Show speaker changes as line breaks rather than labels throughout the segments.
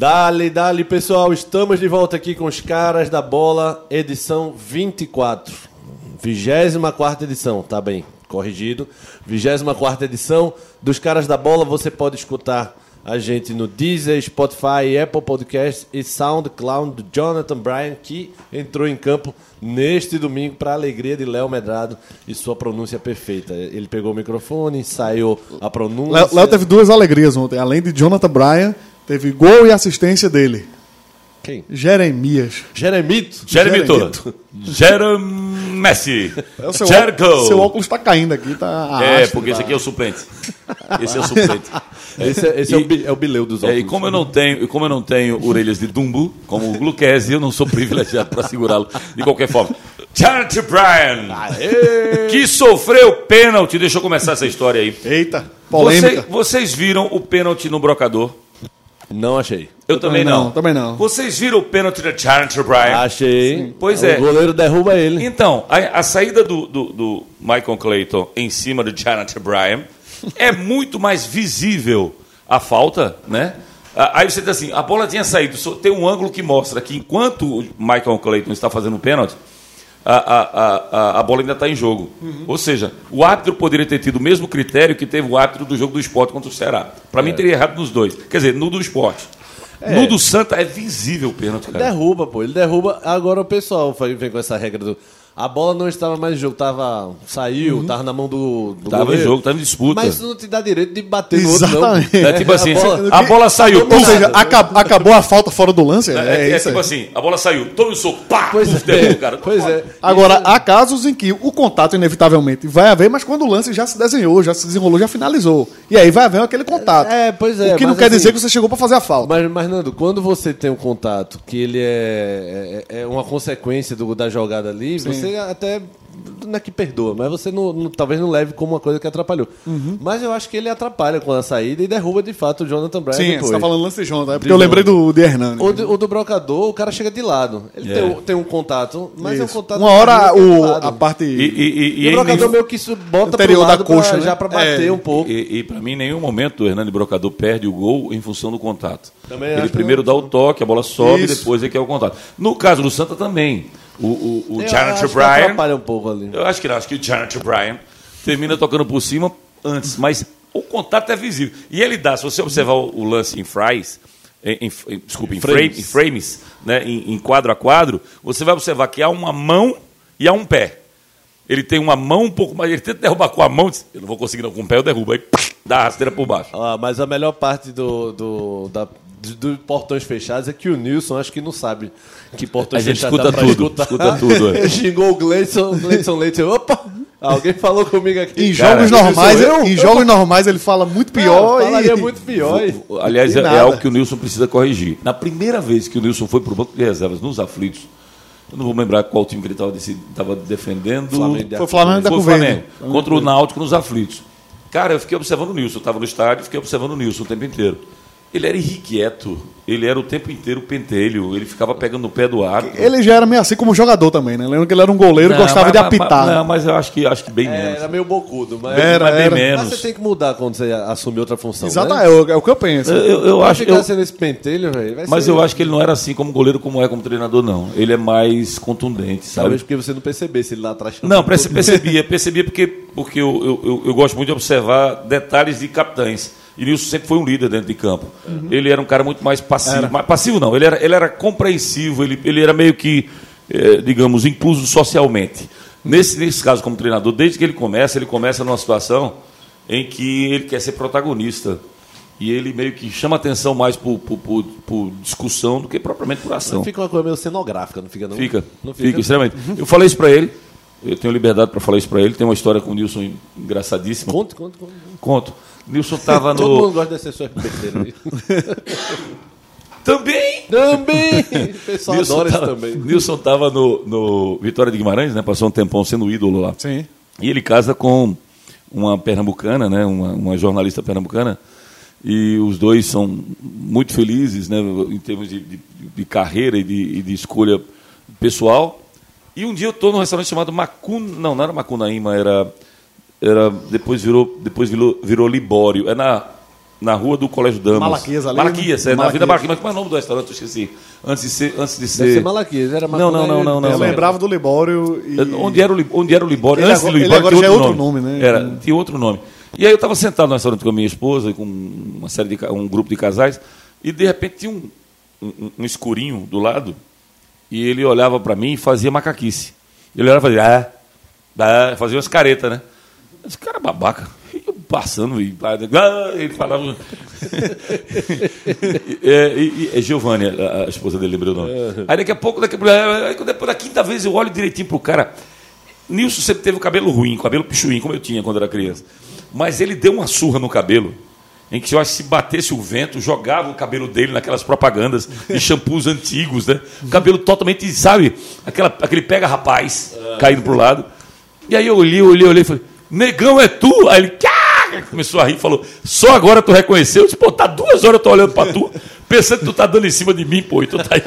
Dale, dale, pessoal. Estamos de volta aqui com os caras da bola, edição 24. 24 edição, tá bem, corrigido. 24 edição dos caras da bola. Você pode escutar a gente no Deezer, Spotify, Apple Podcasts e SoundCloud do Jonathan Bryan, que entrou em campo neste domingo para a alegria de Léo Medrado e sua pronúncia perfeita. Ele pegou o microfone, saiu a pronúncia.
Léo Léo teve duas alegrias ontem. Além de Jonathan Bryan, teve gol e assistência dele.
Quem?
Jeremias.
Jeremito.
Jeremito. Jeremessi.
É o seu,
Jericho.
óculos, seu óculos tá caindo aqui, tá.
É, porque esse aqui é o suplente. Esse é o suplente.
Esse, é, esse é,
E-
o, bi- é o bileu dos
É,
óculos.
e como eu não tenho, e como eu não tenho orelhas de dumbo, como o Gluquese, eu não sou privilegiado para segurá-lo de qualquer forma. Charlie Bryan, que sofreu pênalti, deixa eu começar essa história aí.
Eita,
Você-
polêmica.
vocês viram o pênalti no brocador?
Não achei.
Eu, também não.
Também não.
Vocês viram o pênalti da Charlie
É.
Bryan?
Achei.
Pois
o
é.
O goleiro derruba ele.
Então, a, a saída do, do, do Michael Clayton em cima do Jonathan Bryan é muito mais visível a falta, né? Ah, Aí você diz assim, a bola tinha saído, só tem um ângulo que mostra que enquanto o Michael Clayton está fazendo o pênalti, a, a, a, a- a bola ainda está em jogo. Ou seja, o árbitro poderia ter tido o mesmo critério que teve o árbitro do jogo do esporte contra o Ceará. Para mim, teria errado nos dois. Quer dizer, no do esporte. No do Santa é visível o pênalti, cara.
Derruba, pô. Ele derruba. Agora o pessoal foi- vem com essa regra do. A bola não estava mais no jogo, tava. Saiu, Uhum. tava na mão do. do
Tava em
goleiro.
jogo, tava em disputa.
Mas isso não te dá direito de bater no outro, não.
Exatamente.
É tipo assim,
A bola-
a bola saiu,
Ou
puf,
seja, acab- acabou a falta fora do lance? É,
É, é,
isso.
tipo
aí.
assim, a bola saiu, tome o soco, pá,
Pois
puf,
é.
derruba, cara.
Pois é.
Agora, há casos em que o contato, inevitavelmente, vai haver, mas quando o lance já se desenhou, já se desenrolou, já finalizou. E aí vai haver aquele contato.
É, pois é,
O que não
mas
quer
assim-
dizer que você chegou pra fazer a falta.
Mas, mas, Nando, quando você tem um contato que ele é, é, é uma consequência do, da jogada ali, você até. Não é que perdoa, mas você não, não- talvez não leve como uma coisa que atrapalhou.
Uhum.
Mas eu acho que ele atrapalha com a saída e derruba de fato o Jonathan Bryan
Sim,
depois.
você tá falando lance de Jonathan, é porque eu lembrei do de Hernani.
O do, o do brocador, o cara chega de lado. Ele
É.
tem, um- tem um contato, mas é um
Isso.
contato.
Uma
meio
hora
que de
o,
lado.
a parte.
E, e, é e,
E
e,
o
em
brocador
nenhum-
meio que isso bota pro
Anterior da
lado
coxa,
pra,
né?
já pra
É.
bater um pouco.
e, e pra mim, em nenhum momento o Hernani Brocador perde o gol em função do contato.
Também
Ele
acho né?
primeiro dá o toque, a bola sobe,
Isso.
depois é que é o contato. No caso do Santa também, o, o, o
Eu
Jonathan
acho que
Bryan.
Atrapalha um pouco ali.
Eu acho que não, acho que o Jonathan Bryan termina tocando por cima antes, mas o contato é visível. E ele dá, se você observar o, o lance em fries, em, em- em- desculpa, em frames, em, frames né, em, em quadro a quadro, você vai observar que há uma mão e há um pé. Ele tem uma mão um pouco mais. Ele tenta derrubar com a mão, diz, eu não vou conseguir não, com o pé eu derrubo. Aí dá a rasteira por baixo.
Ah, mas a melhor parte do, do, da- de- do portões fechados é que o Nilson acho que não sabe que portões
A gente
fechados
escuta
dá pra
tudo,
escutar.
escuta tudo, é.
Ele Xingou o Gleison, Gleison Leite. Opa! Alguém falou comigo aqui.
Em
Cara,
jogos normais,
eu-
em
eu-
jogos normais ele fala muito pior
pior, um falaria
e
muito pior. hein?
Aliás,
De
é, é
nada.
algo que o Nilson precisa corrigir. Na primeira vez que o Nilson foi para o banco de reservas nos aflitos, eu não vou lembrar qual time que ele estava defendendo.
Flamengo.
foi o Flamengo da
Foi o
Covilha.
Flamengo. Contra o Náutico nos aflitos. Cara, eu fiquei observando o Nilson. Eu estava no estádio, fiquei observando o Nilson o tempo inteiro. Ele era irrequieto. Ele era o tempo inteiro pentelho. Ele ficava pegando o pé do árbitro.
Ele já era meio assim como jogador também, né? Lembro que ele era um goleiro e
Não,
gostava
mas-
de
mas-
apitar.
Não, mas eu acho que, acho que bem
É,
menos.
era meio bocudo, mas,
Era,
mas bem
era.
mas você
menos.
tem que mudar quando você assume outra função.
Exatamente,
né?
é o- é o que eu penso.
Eu, eu- eu
Vai
acho,
ficar
eu,
sendo esse pentelho, velho. vai
Mas
ser-
eu acho que ele não era assim como goleiro, como é como treinador, não. Ele é mais contundente,
Talvez
sabe?
porque você não percebesse ele lá atrás.
Não, perce- percebia, percebia porque, porque eu, eu, eu, eu gosto muito de observar detalhes de capitães. E Nilson sempre foi um líder dentro de campo. Ele era um cara muito mais passivo. Mas passivo não, ele era, ele era compreensivo, ele, ele era meio que, eh, digamos, incluso socialmente. Nesse, nesse caso, como treinador, desde que ele começa, ele começa numa situação em que ele quer ser protagonista. E ele meio que chama atenção mais por, por, por- por discussão do que propriamente por ação.
Fica uma coisa meio cenográfica, não fica Uhum. não?
Fica,
Não
fica, extremamente. Eu falei isso é pra ele, eu tenho liberdade pra falar isso pra ele. Tem uma história com o Nilson engraçadíssima.
Conta, conta, conta.
Conto. Nilson tava
Todo mundo
no.
gosta dessas suas besteiras. aí.
também!
também! O pessoal adora isso
tava,
também.
Nilson tava no, no Vitória de Guimarães, né? Passou um tempão sendo ídolo lá.
Sim.
E ele casa com uma pernambucana, né? Uma, uma jornalista pernambucana. E os dois são muito felizes, né? Em termos de, de- de carreira e de, e de escolha pessoal. E um dia eu estou num restaurante chamado Macuna. Não, não era Macunaíma, era. era depois virou, depois virou, virou Libório. É na na rua do Colégio Damas.
Malaquias ali, né?
Malaquias, é, na
Malaquias.
Vida Malaquias. Mas como é o nome do restaurante? Eu esqueci. Antes de ser. Antes de
Deve
ser...
ser Malaquias, era É,
Não, não, não, não, não.
Eu
não.
lembrava do Libório e.
Onde era o, Lib- onde era o Libório?
Ele
Antes
agora-
do Libório
ele agora
tinha
já é outro nome, né?
Era, tinha outro nome. E aí eu estava sentado no restaurante com a minha esposa, e com uma série de, ca- um grupo de casais, e de repente tinha um, um, um escurinho do lado, e ele olhava para mim e fazia macaquice. Ele olhava e fazia, ah, ah", fazia umas caretas, né? Esse cara é babaca. E eu passando, e, ah, ele falava. É, e, e, é Giovanni, a, a esposa dele, lembrei o nome. Aí daqui a pouco, daqui, a- aí quando- depois da quinta vez eu olho direitinho pro cara. Nilson sempre teve o cabelo ruim, cabelo pichuim, como eu tinha quando era criança. Mas ele deu uma surra no cabelo, em que eu acho que se batesse o vento, jogava o cabelo dele naquelas propagandas de shampoos antigos, né? O cabelo totalmente, sabe? Aquela, aquele pega rapaz caindo pro lado. E aí eu olhei, olhei, olhei e falei, negão é tu? Aí ele, "Cá!" começou a rir e falou, só agora tu reconheceu? Eu disse, pô, tá duas horas eu tô olhando pra tu, pensando que tu tá dando em cima de mim, pô, e tu tá aí.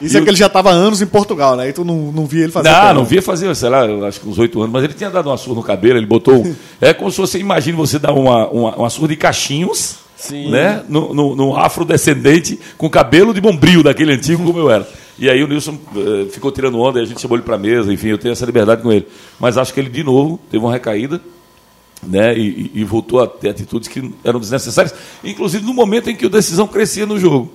Isso é que ele já estava há anos em Portugal, né? E tu não, não via ele fazer.
Não,
aquela-
não via fazer, sei lá, eu acho que uns oito anos, mas ele tinha dado uma surra no cabelo, ele botou. um- É como se você imagina você dar uma, uma, uma surra de cachinhos,
Sim.
né? No, no, no afrodescendente, com cabelo de bombril daquele antigo, como eu era. E aí o Nilson eh, ficou tirando onda e a gente chamou ele pra mesa, enfim, eu tenho essa liberdade com ele. Mas acho que ele, de novo, teve uma recaída, né? E, e- e voltou a ter atitudes que eram desnecessárias, inclusive no momento em que o decisão crescia no jogo.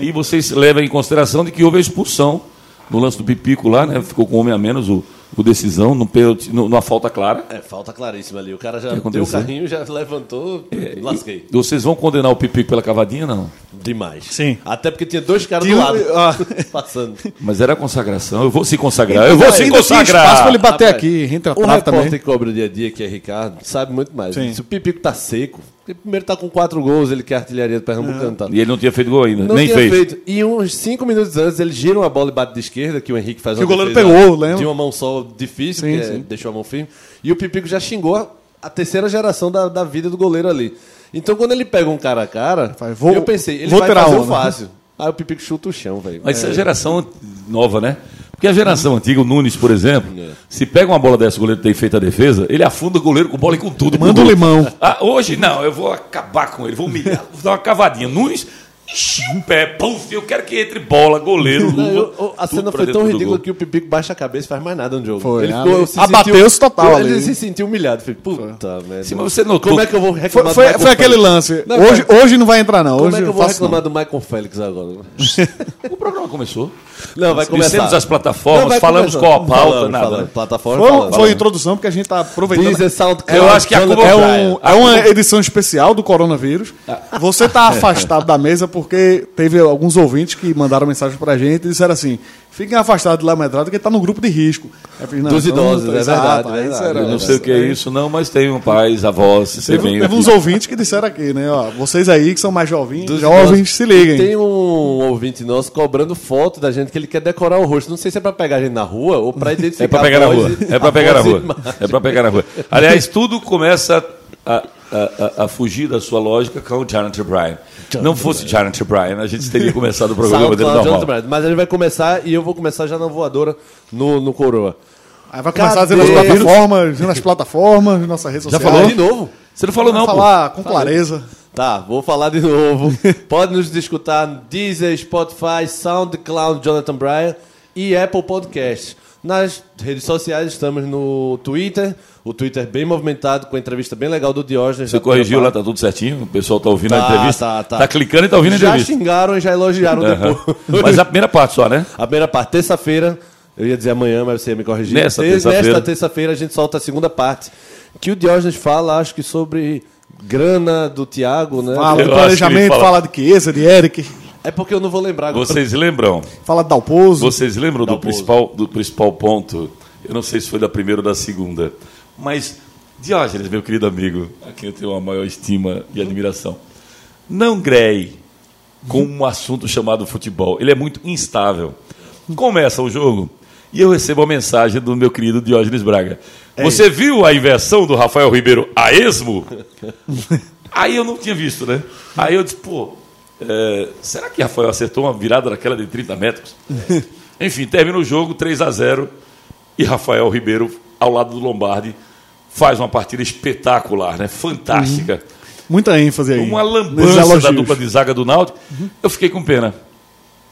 E vocês levam em consideração de que houve a expulsão no lance do Pipico lá, né? Ficou com um homem a menos o, o decisão, no pênalti, no- numa falta clara.
É, falta claríssima ali. O cara já
que
deu o
aconteceu? É,
carrinho, já levantou, lasquei.
Vocês vão condenar o Pipico pela cavadinha, não?
Demais.
Sim.
Até porque tinha dois caras
Tinha
do
um-
lado
ah.
passando.
Mas era consagração. Eu vou se consagrar. Eu vou
Ainda
se
tinha espaço pra ele
consagrar.
bater
Rapaz,
aqui, renta
O
atrás
repórter
também.
que cobra o dia a dia, que é Ricardo, sabe muito mais.
Sim.
Se o Pipico tá seco, porque primeiro tá com quatro gols, ele quer artilharia do Pernambucano.
É.
Tá.
E ele não tinha feito gol ainda.
Não
Nem
tinha
fez.
feito. E uns cinco minutos antes, ele gira uma bola e bate de esquerda, que o Henrique faz
Que
uma
o goleiro
defesa
pegou, lembra?
De uma mão só difícil,
Sim,
que é-
sim.
deixou a mão firme. E o Pipico já xingou a, a terceira geração da, da vida do goleiro ali. Então, quando ele pega um cara a cara,
Fala, vou-
eu pensei, ele
vou
vai
tirar
fazer o
onda.
fácil. Aí o Pipico chuta o chão, velho.
Mas isso é geração nova, né? Porque a geração antiga, o Nunes, por exemplo,
É.
se pega uma bola dessa, o goleiro tem feito a defesa, ele afunda o goleiro com bola e com tudo.
um
Manda o limão.
Ah, hoje não, eu vou acabar com ele, vou humilhar, vou dar uma cavadinha. Nunes, enchi o pé, puf, eu quero que entre bola, goleiro, luva,
Não, eu- eu- a
tudo
cena
pra
foi
dentro
tão
do
ridícula
gol.
que o Pipico baixa a cabeça e faz mais nada no jogo.
Foi,
ele
ali- abateu-se total
Ele
ali.
se sentiu humilhado. Falei, puta merda.
Sim, mas você notou
Como é que eu vou
Foi,
reclamar
foi-
do Michael
foi aquele
Phelps?
lance.
Não,
hoje,
cara,
hoje não vai entrar, não.
Como
hoje
é que eu
eu
vou
faço.
reclamar
Não.
do Michael Félix agora?
O programa começou.
Não, vai começar.
Descemos as plataformas,
Não, vai
falamos
começar.
qual a pauta,
Falando,
nada.
falando, plataforma
Foi, um-
falando.
foi a introdução, porque a gente tá aproveitando.
Deezer, SoundCloud,
Eu acho que a
Jonathan
culpa
É, um-
Bryan.
é uma edição especial do coronavírus.
Ah.
Você tá afastado da mesa porque teve alguns ouvintes que mandaram mensagem pra gente e disseram assim: fiquem afastados de lamedrado que tá no grupo de risco. Aí eu falei, não,
Dos
então,
idosos,
então,
é
exato,
verdade, é
aí
verdade.
disseram,
Eu não
"Ah,
sei o que é isso, não, mas tem um paz, avós, você
Teve,
vem.
teve uns
aqui.
ouvintes que disseram aqui, né? Ó, vocês aí que são mais jovens,
Dos
jovens,
nossos-
um se liguem.
Tem um ouvinte nosso cobrando foto da gente que ele quer decorar o rosto. Não sei se é pra pegar a gente na rua ou pra identificar.
É pra pegar na
a voz
rua.
e-
É pra pegar na
voz e
rua.
imagem.
É pra pegar na rua. Aliás, tudo começa a, a, a, a fugir da sua lógica com o Jonathan Bryan. Não fosse Jonathan Bryan, a gente teria começado o programa dele
SoundCloud, é Jonathan
normal.
Bryan. Mas ele vai começar e eu vou começar já na voadora no, no Coroa.
Aí vai começar
Cadê?
dizendo nas plataformas, nas plataformas, nossa rede social.
De novo?
Você não falou, não,
Vamos
pô.
falar Ah, com clareza.
Tá, vou falar de novo. Pode nos escutar no Deezer, Spotify, SoundCloud, Jonathan Bryan e Apple Podcasts. Nas redes sociais estamos no Twitter, o Twitter bem movimentado, com a entrevista bem legal do Diógenes.
Você
da
corrigiu lá,
primeira
tá tudo certinho? O pessoal tá ouvindo
Tá,
a entrevista?
tá, tá.
clicando e tá ouvindo a
parte. Já
entrevista.
xingaram e já elogiaram
Aham.
depois.
Mas a primeira parte só, né?
A primeira parte, terça-feira, eu ia dizer amanhã, mas você ia me corrigir.
Nesta
Te-
terça-feira.
Nesta terça-feira a gente solta a segunda parte, que o Diógenes fala, acho que sobre grana do Tiago, né?
Fala
Eu
do Ah,
acho que ele
um planejamento,
fala-
fala... de Chiesa, de Eric,
É porque eu não vou lembrar agora.
Vocês lembram?
fala de Dalpozo.
Vocês lembram do
Dalpozo.
principal, do principal ponto? Eu não sei se foi da primeira ou da segunda. Mas, Diógenes, meu querido amigo, a quem eu tenho a maior estima e admiração, não greie com um assunto chamado futebol. Ele é muito instável. Começa o jogo e eu recebo a mensagem do meu querido Diógenes Braga. Você viu a inversão do Rafael Ribeiro a esmo? Aí eu não tinha visto, né? Aí eu disse, pô, é, será que Rafael acertou uma virada daquela de 30 metros? Enfim, termina o jogo 3 a 0 e Rafael Ribeiro, ao lado do Lombardi, faz uma partida espetacular, né? Fantástica.
Muita ênfase aí.
uma
nesses
lambança da
elogios.
dupla de zaga do Náutico. Eu fiquei com pena.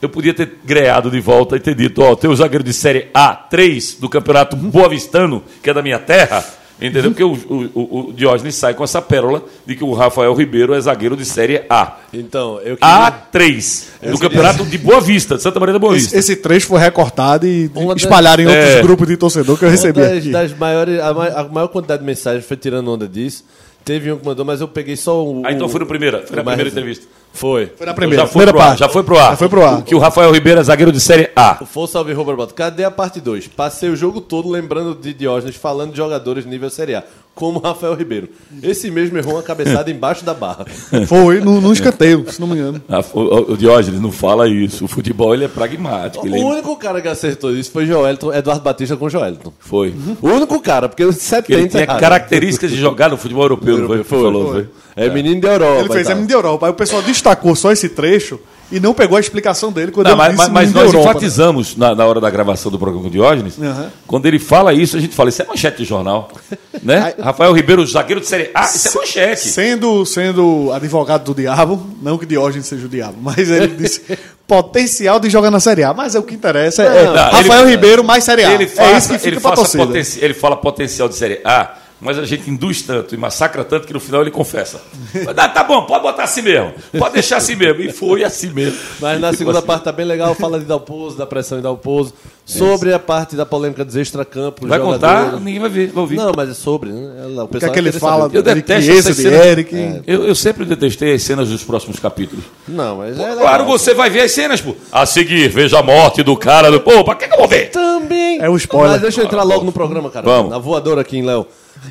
Eu podia ter greado de volta e ter dito, ó, tem o zagueiro de série A3 do campeonato boavistano, que é da minha terra, entendeu? Porque o, o, o- o Diógenes sai com essa pérola de que o Rafael Ribeiro é zagueiro de série A.
Então, eu
Ah,
queria...
A3 do campeonato de Boa Vista, de Santa Maria da Boa
Esse, é
Vista.
esse trecho foi recortado e
Uma das-
espalharam em outros
É.
grupos de torcedor que eu
Uma
recebi
das,
aqui.
das maiores, a, mai- a maior quantidade de mensagens foi tirando onda disso. Teve um que mandou, mas eu peguei só o.
Ah, então foi na primeira, foi na
o mais
primeira
recente.
entrevista. Então,
Foi.
Foi na primeira,
já foi
primeira
pro ar,
parte.
já foi pro ar.
Já foi pro ar.
Que o Rafael Ribeiro é zagueiro de série A.
O Full Salve Robert Bota. Cadê a parte 2? Passei o jogo todo lembrando de Diógenes falando de jogadores nível Série A, como Rafael Ribeiro. Esse mesmo errou uma cabeçada embaixo da barra.
Foi num, num escanteio, se não me engano.
Ah, O, o- o Diógenes não fala isso. O futebol ele é pragmático.
O
Ele
único cara que acertou isso foi Joelton, Eduardo Batista com Joelton.
foi.
O único cara, porque os 70
Ele tinha
erraram.
características de jogar no futebol europeu, não foi?
Foi,
que falou,
foi.
foi.
É, menino da Europa.
Ele
e
fez um
tal.
a de Europa. Aí o pessoal destacou só esse trecho e não pegou a explicação dele quando
Não,
ele
mas
disse
mas- mas
Menino da
nós
Europa. né?
enfatizamos na, na hora da gravação do programa com o Diógenes.
Aham.
Quando ele fala isso, a gente fala: Isso é manchete de jornal. né? Rafael Ribeiro, zagueiro de série A. Isso é manchete.
Sendo, sendo advogado do diabo, não que Diógenes seja o diabo, mas ele disse potencial de jogar na Série A. Mas é o que interessa. É, é
Não,
Rafael
ele-
Ribeiro mais Série A.
Ele,
é
faça-
isso que fica
ele,
pra
faça
torcida.
poten- ele fala potencial de Série A, mas a gente induz tanto e massacra tanto que no final ele confessa. Mas, "Ah, tá bom, pode botar assim mesmo. Pode deixar assim mesmo. E foi assim mesmo.
Mas na
Ficou
segunda
assim.
parte tá bem legal, fala de Dalpozo, da pressão em Dalpozo, sobre a parte da polêmica dos extracampos.
É Vai
jogadores.
contar, ninguém vai ver, vai ouvir.
Não, mas é sobre, né? Ela- O
O que é
pessoal
que ele
queria
fala
saber.
Eu
de
detesto
Chiesa,
essas
de
cenas- É.
Eric?
Eu, eu sempre detestei as cenas dos próximos capítulos.
Não, mas é legal.
Claro, você vai ver as cenas, pô. A seguir, veja a morte do cara. Do... Pô, pra que, que eu vou ver?
Também.
É o spoiler.
Mas deixa eu entrar logo no programa, cara.
um Vamos.
Na voadora aqui em Léo.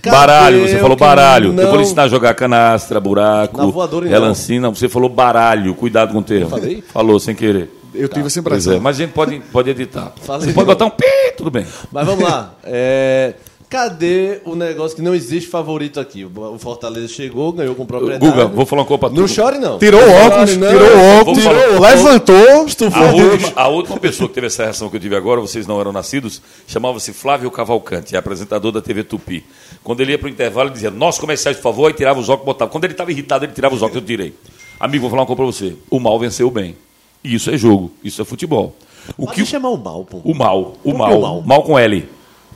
Baralho, você
Cadê
falou
o que
baralho.
Não...
Eu vou lhe ensinar a tá- jogar canastra, buraco,
Na voadora, então.
relancina. Você falou baralho, cuidado com o termo.
falei?
Falou sem querer.
Eu tive essa
Pois
impressão.
é, mas a gente pode, pode editar.
Falei
você pode
não.
botar um pi, tudo bem.
Mas vamos lá. É, Cadê o negócio que não existe favorito aqui? O Fortaleza chegou, ganhou com propriedade.
Guga, vou falar uma coisa pra tu.
Não chore, não.
Tirou o óculos,
Não,
tirou
não.
o
Vamos
óculos,
falar.
tirou- levantou, estufou.
A
o dedo.
última, a última pessoa que teve essa reação que eu tive agora, vocês não eram nascidos, chamava-se Flávio Cavalcante, é apresentador da TV Tupi. Quando ele ia para o intervalo, ele dizia, nossos comerciais, por favor, aí tirava os óculos e botava. Quando ele estava irritado, ele tirava os óculos, eu tirei. Amigo, vou falar uma coisa para você. O mal venceu o bem. E isso é jogo, isso é futebol. O
Pode
que
chamar o mal, pô.
o mal, o
que
mal,
o mal?
mal com L.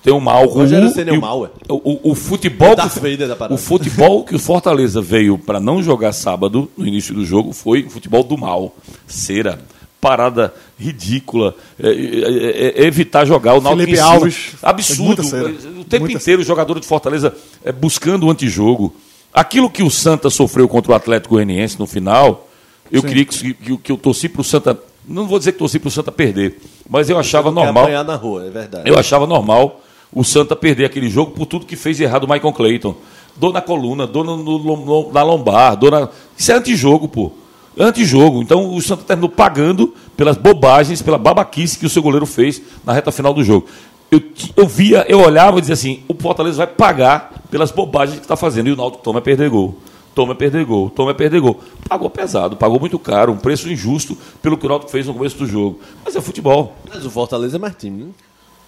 Tem o mal com
Rogério
U
Ceni é
e
o mal, é?
O, o- o futebol,
O Darth
que-
Vader da parada.
o futebol que o Fortaleza veio para não jogar sábado no início do jogo foi o futebol do mal, cera, parada ridícula, é, é, é, é evitar jogar o Náutico
Felipe
em cima.
Alves. É
absurdo,
muita cera.
o tempo
Muita
inteiro o jogador de Fortaleza é, buscando o antijogo. Aquilo que o Santa sofreu contra o Atlético Goianiense no final, eu queria que, que, que eu torci para o Santa. Não vou dizer que torci para o Santa perder, mas eu achava
Quer
normal.
apanhar na rua, é verdade.
Eu achava normal o Santa perder aquele jogo por tudo que fez de errado o Michael Clayton. Dor na coluna, dor no- no- no- na lombar, dor na... Isso é antijogo, pô. Antijogo. Então o Santa terminou pagando pelas bobagens, pela babaquice que o seu goleiro fez na reta final do jogo. Eu, ti- eu via, eu olhava e dizia assim: o Fortaleza vai pagar pelas bobagens que está fazendo. E o Náutico toma é perder gol. Toma é perder gol, toma é perder gol. Pagou pesado, pagou muito caro, um preço injusto pelo que o Náutico fez no começo do jogo. Mas é futebol.
Mas o Fortaleza é mais time, né?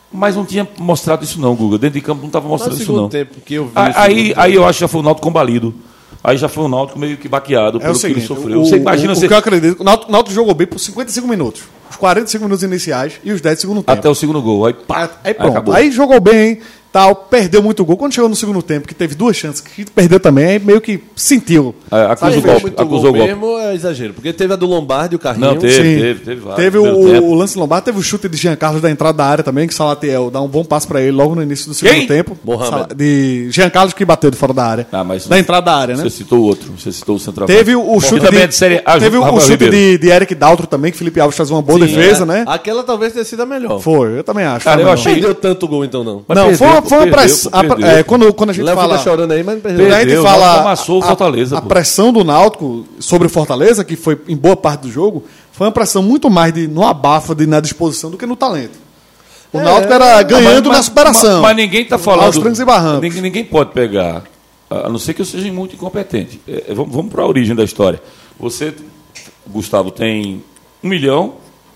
Mas não tinha mostrado isso não, Guga. Dentro de campo não estava
Mas
mostrando
no
isso
um segundo
não.
tempo que eu vi. o
Ah, Aí,
segundo
aí eu acho que já foi o Náutico combalido. Aí já foi o Náutico meio que baqueado
É o
pelo que ele
seguinte,
sofreu.
o,
você imagina
o,
você
o que eu acredito, o Náutico, o Náutico jogou bem por 55 minutos. Os 45 minutos iniciais e os 10 do segundo tempo. Ah,
até o segundo gol. Aí pá,
Aí pronto.
acabou.
Aí jogou bem, tal, perdeu muito gol. Quando chegou no segundo tempo, que teve duas chances, que perdeu também, aí meio que sentiu.
Ah,
Sabe,
acusa o
fez
golpe.
tá muito
Acusou o
gol
golpe.
mesmo é exagero, porque teve a do Lombardi e o Carrinho.
Não, teve. teve vários,
Teve o,
primeiro tempo.
o lance Lombardi, teve o chute de Jean Carlos da entrada da área também, que Salatiel dá um bom passo pra ele logo no início do segundo
Quem?
tempo.
Mohamed.
Sala- De Jean Carlos que bateu de fora da área.
Ah, mas-
da entrada da área, né?
Você citou o outro. Você citou o centroavante.
Teve o, o
Que
chute
Tá também
de,
é de série A,
teve o
Rafael
chute
Ribeiro. é. Tá
de, de Eric Daltro também, que Felipe Alves faz uma boa defesa, né?
é. Aquela talvez tenha sido a melhor.
Foi, eu também acho.
Cara, eu
Não.
achei-
Não perdeu tanto gol então, não.
Mas
não,
perdeu,
foi uma, foi uma
perdeu,
press- a-
perdeu.
é, quando, quando a gente
Léo
fala.
fica chorando aí, mas não perdeu.
Quando a gente
Perdeu, o
fala
Náutico amassou o
a-
Fortaleza,
a,
pô.
pressão do Náutico sobre o Fortaleza, que foi em boa parte do jogo, foi uma pressão muito mais de no abafa, de na disposição do que no talento. O Náutico era ganhando na superação.
É, Ah, Mas, mas ninguém está falando.
Aos trancos e barrancos.
Ninguém, ninguém pode pegar, a não ser que eu seja muito incompetente. É, é, vamos para a origem da história. Você, Gustavo, tem um milhão.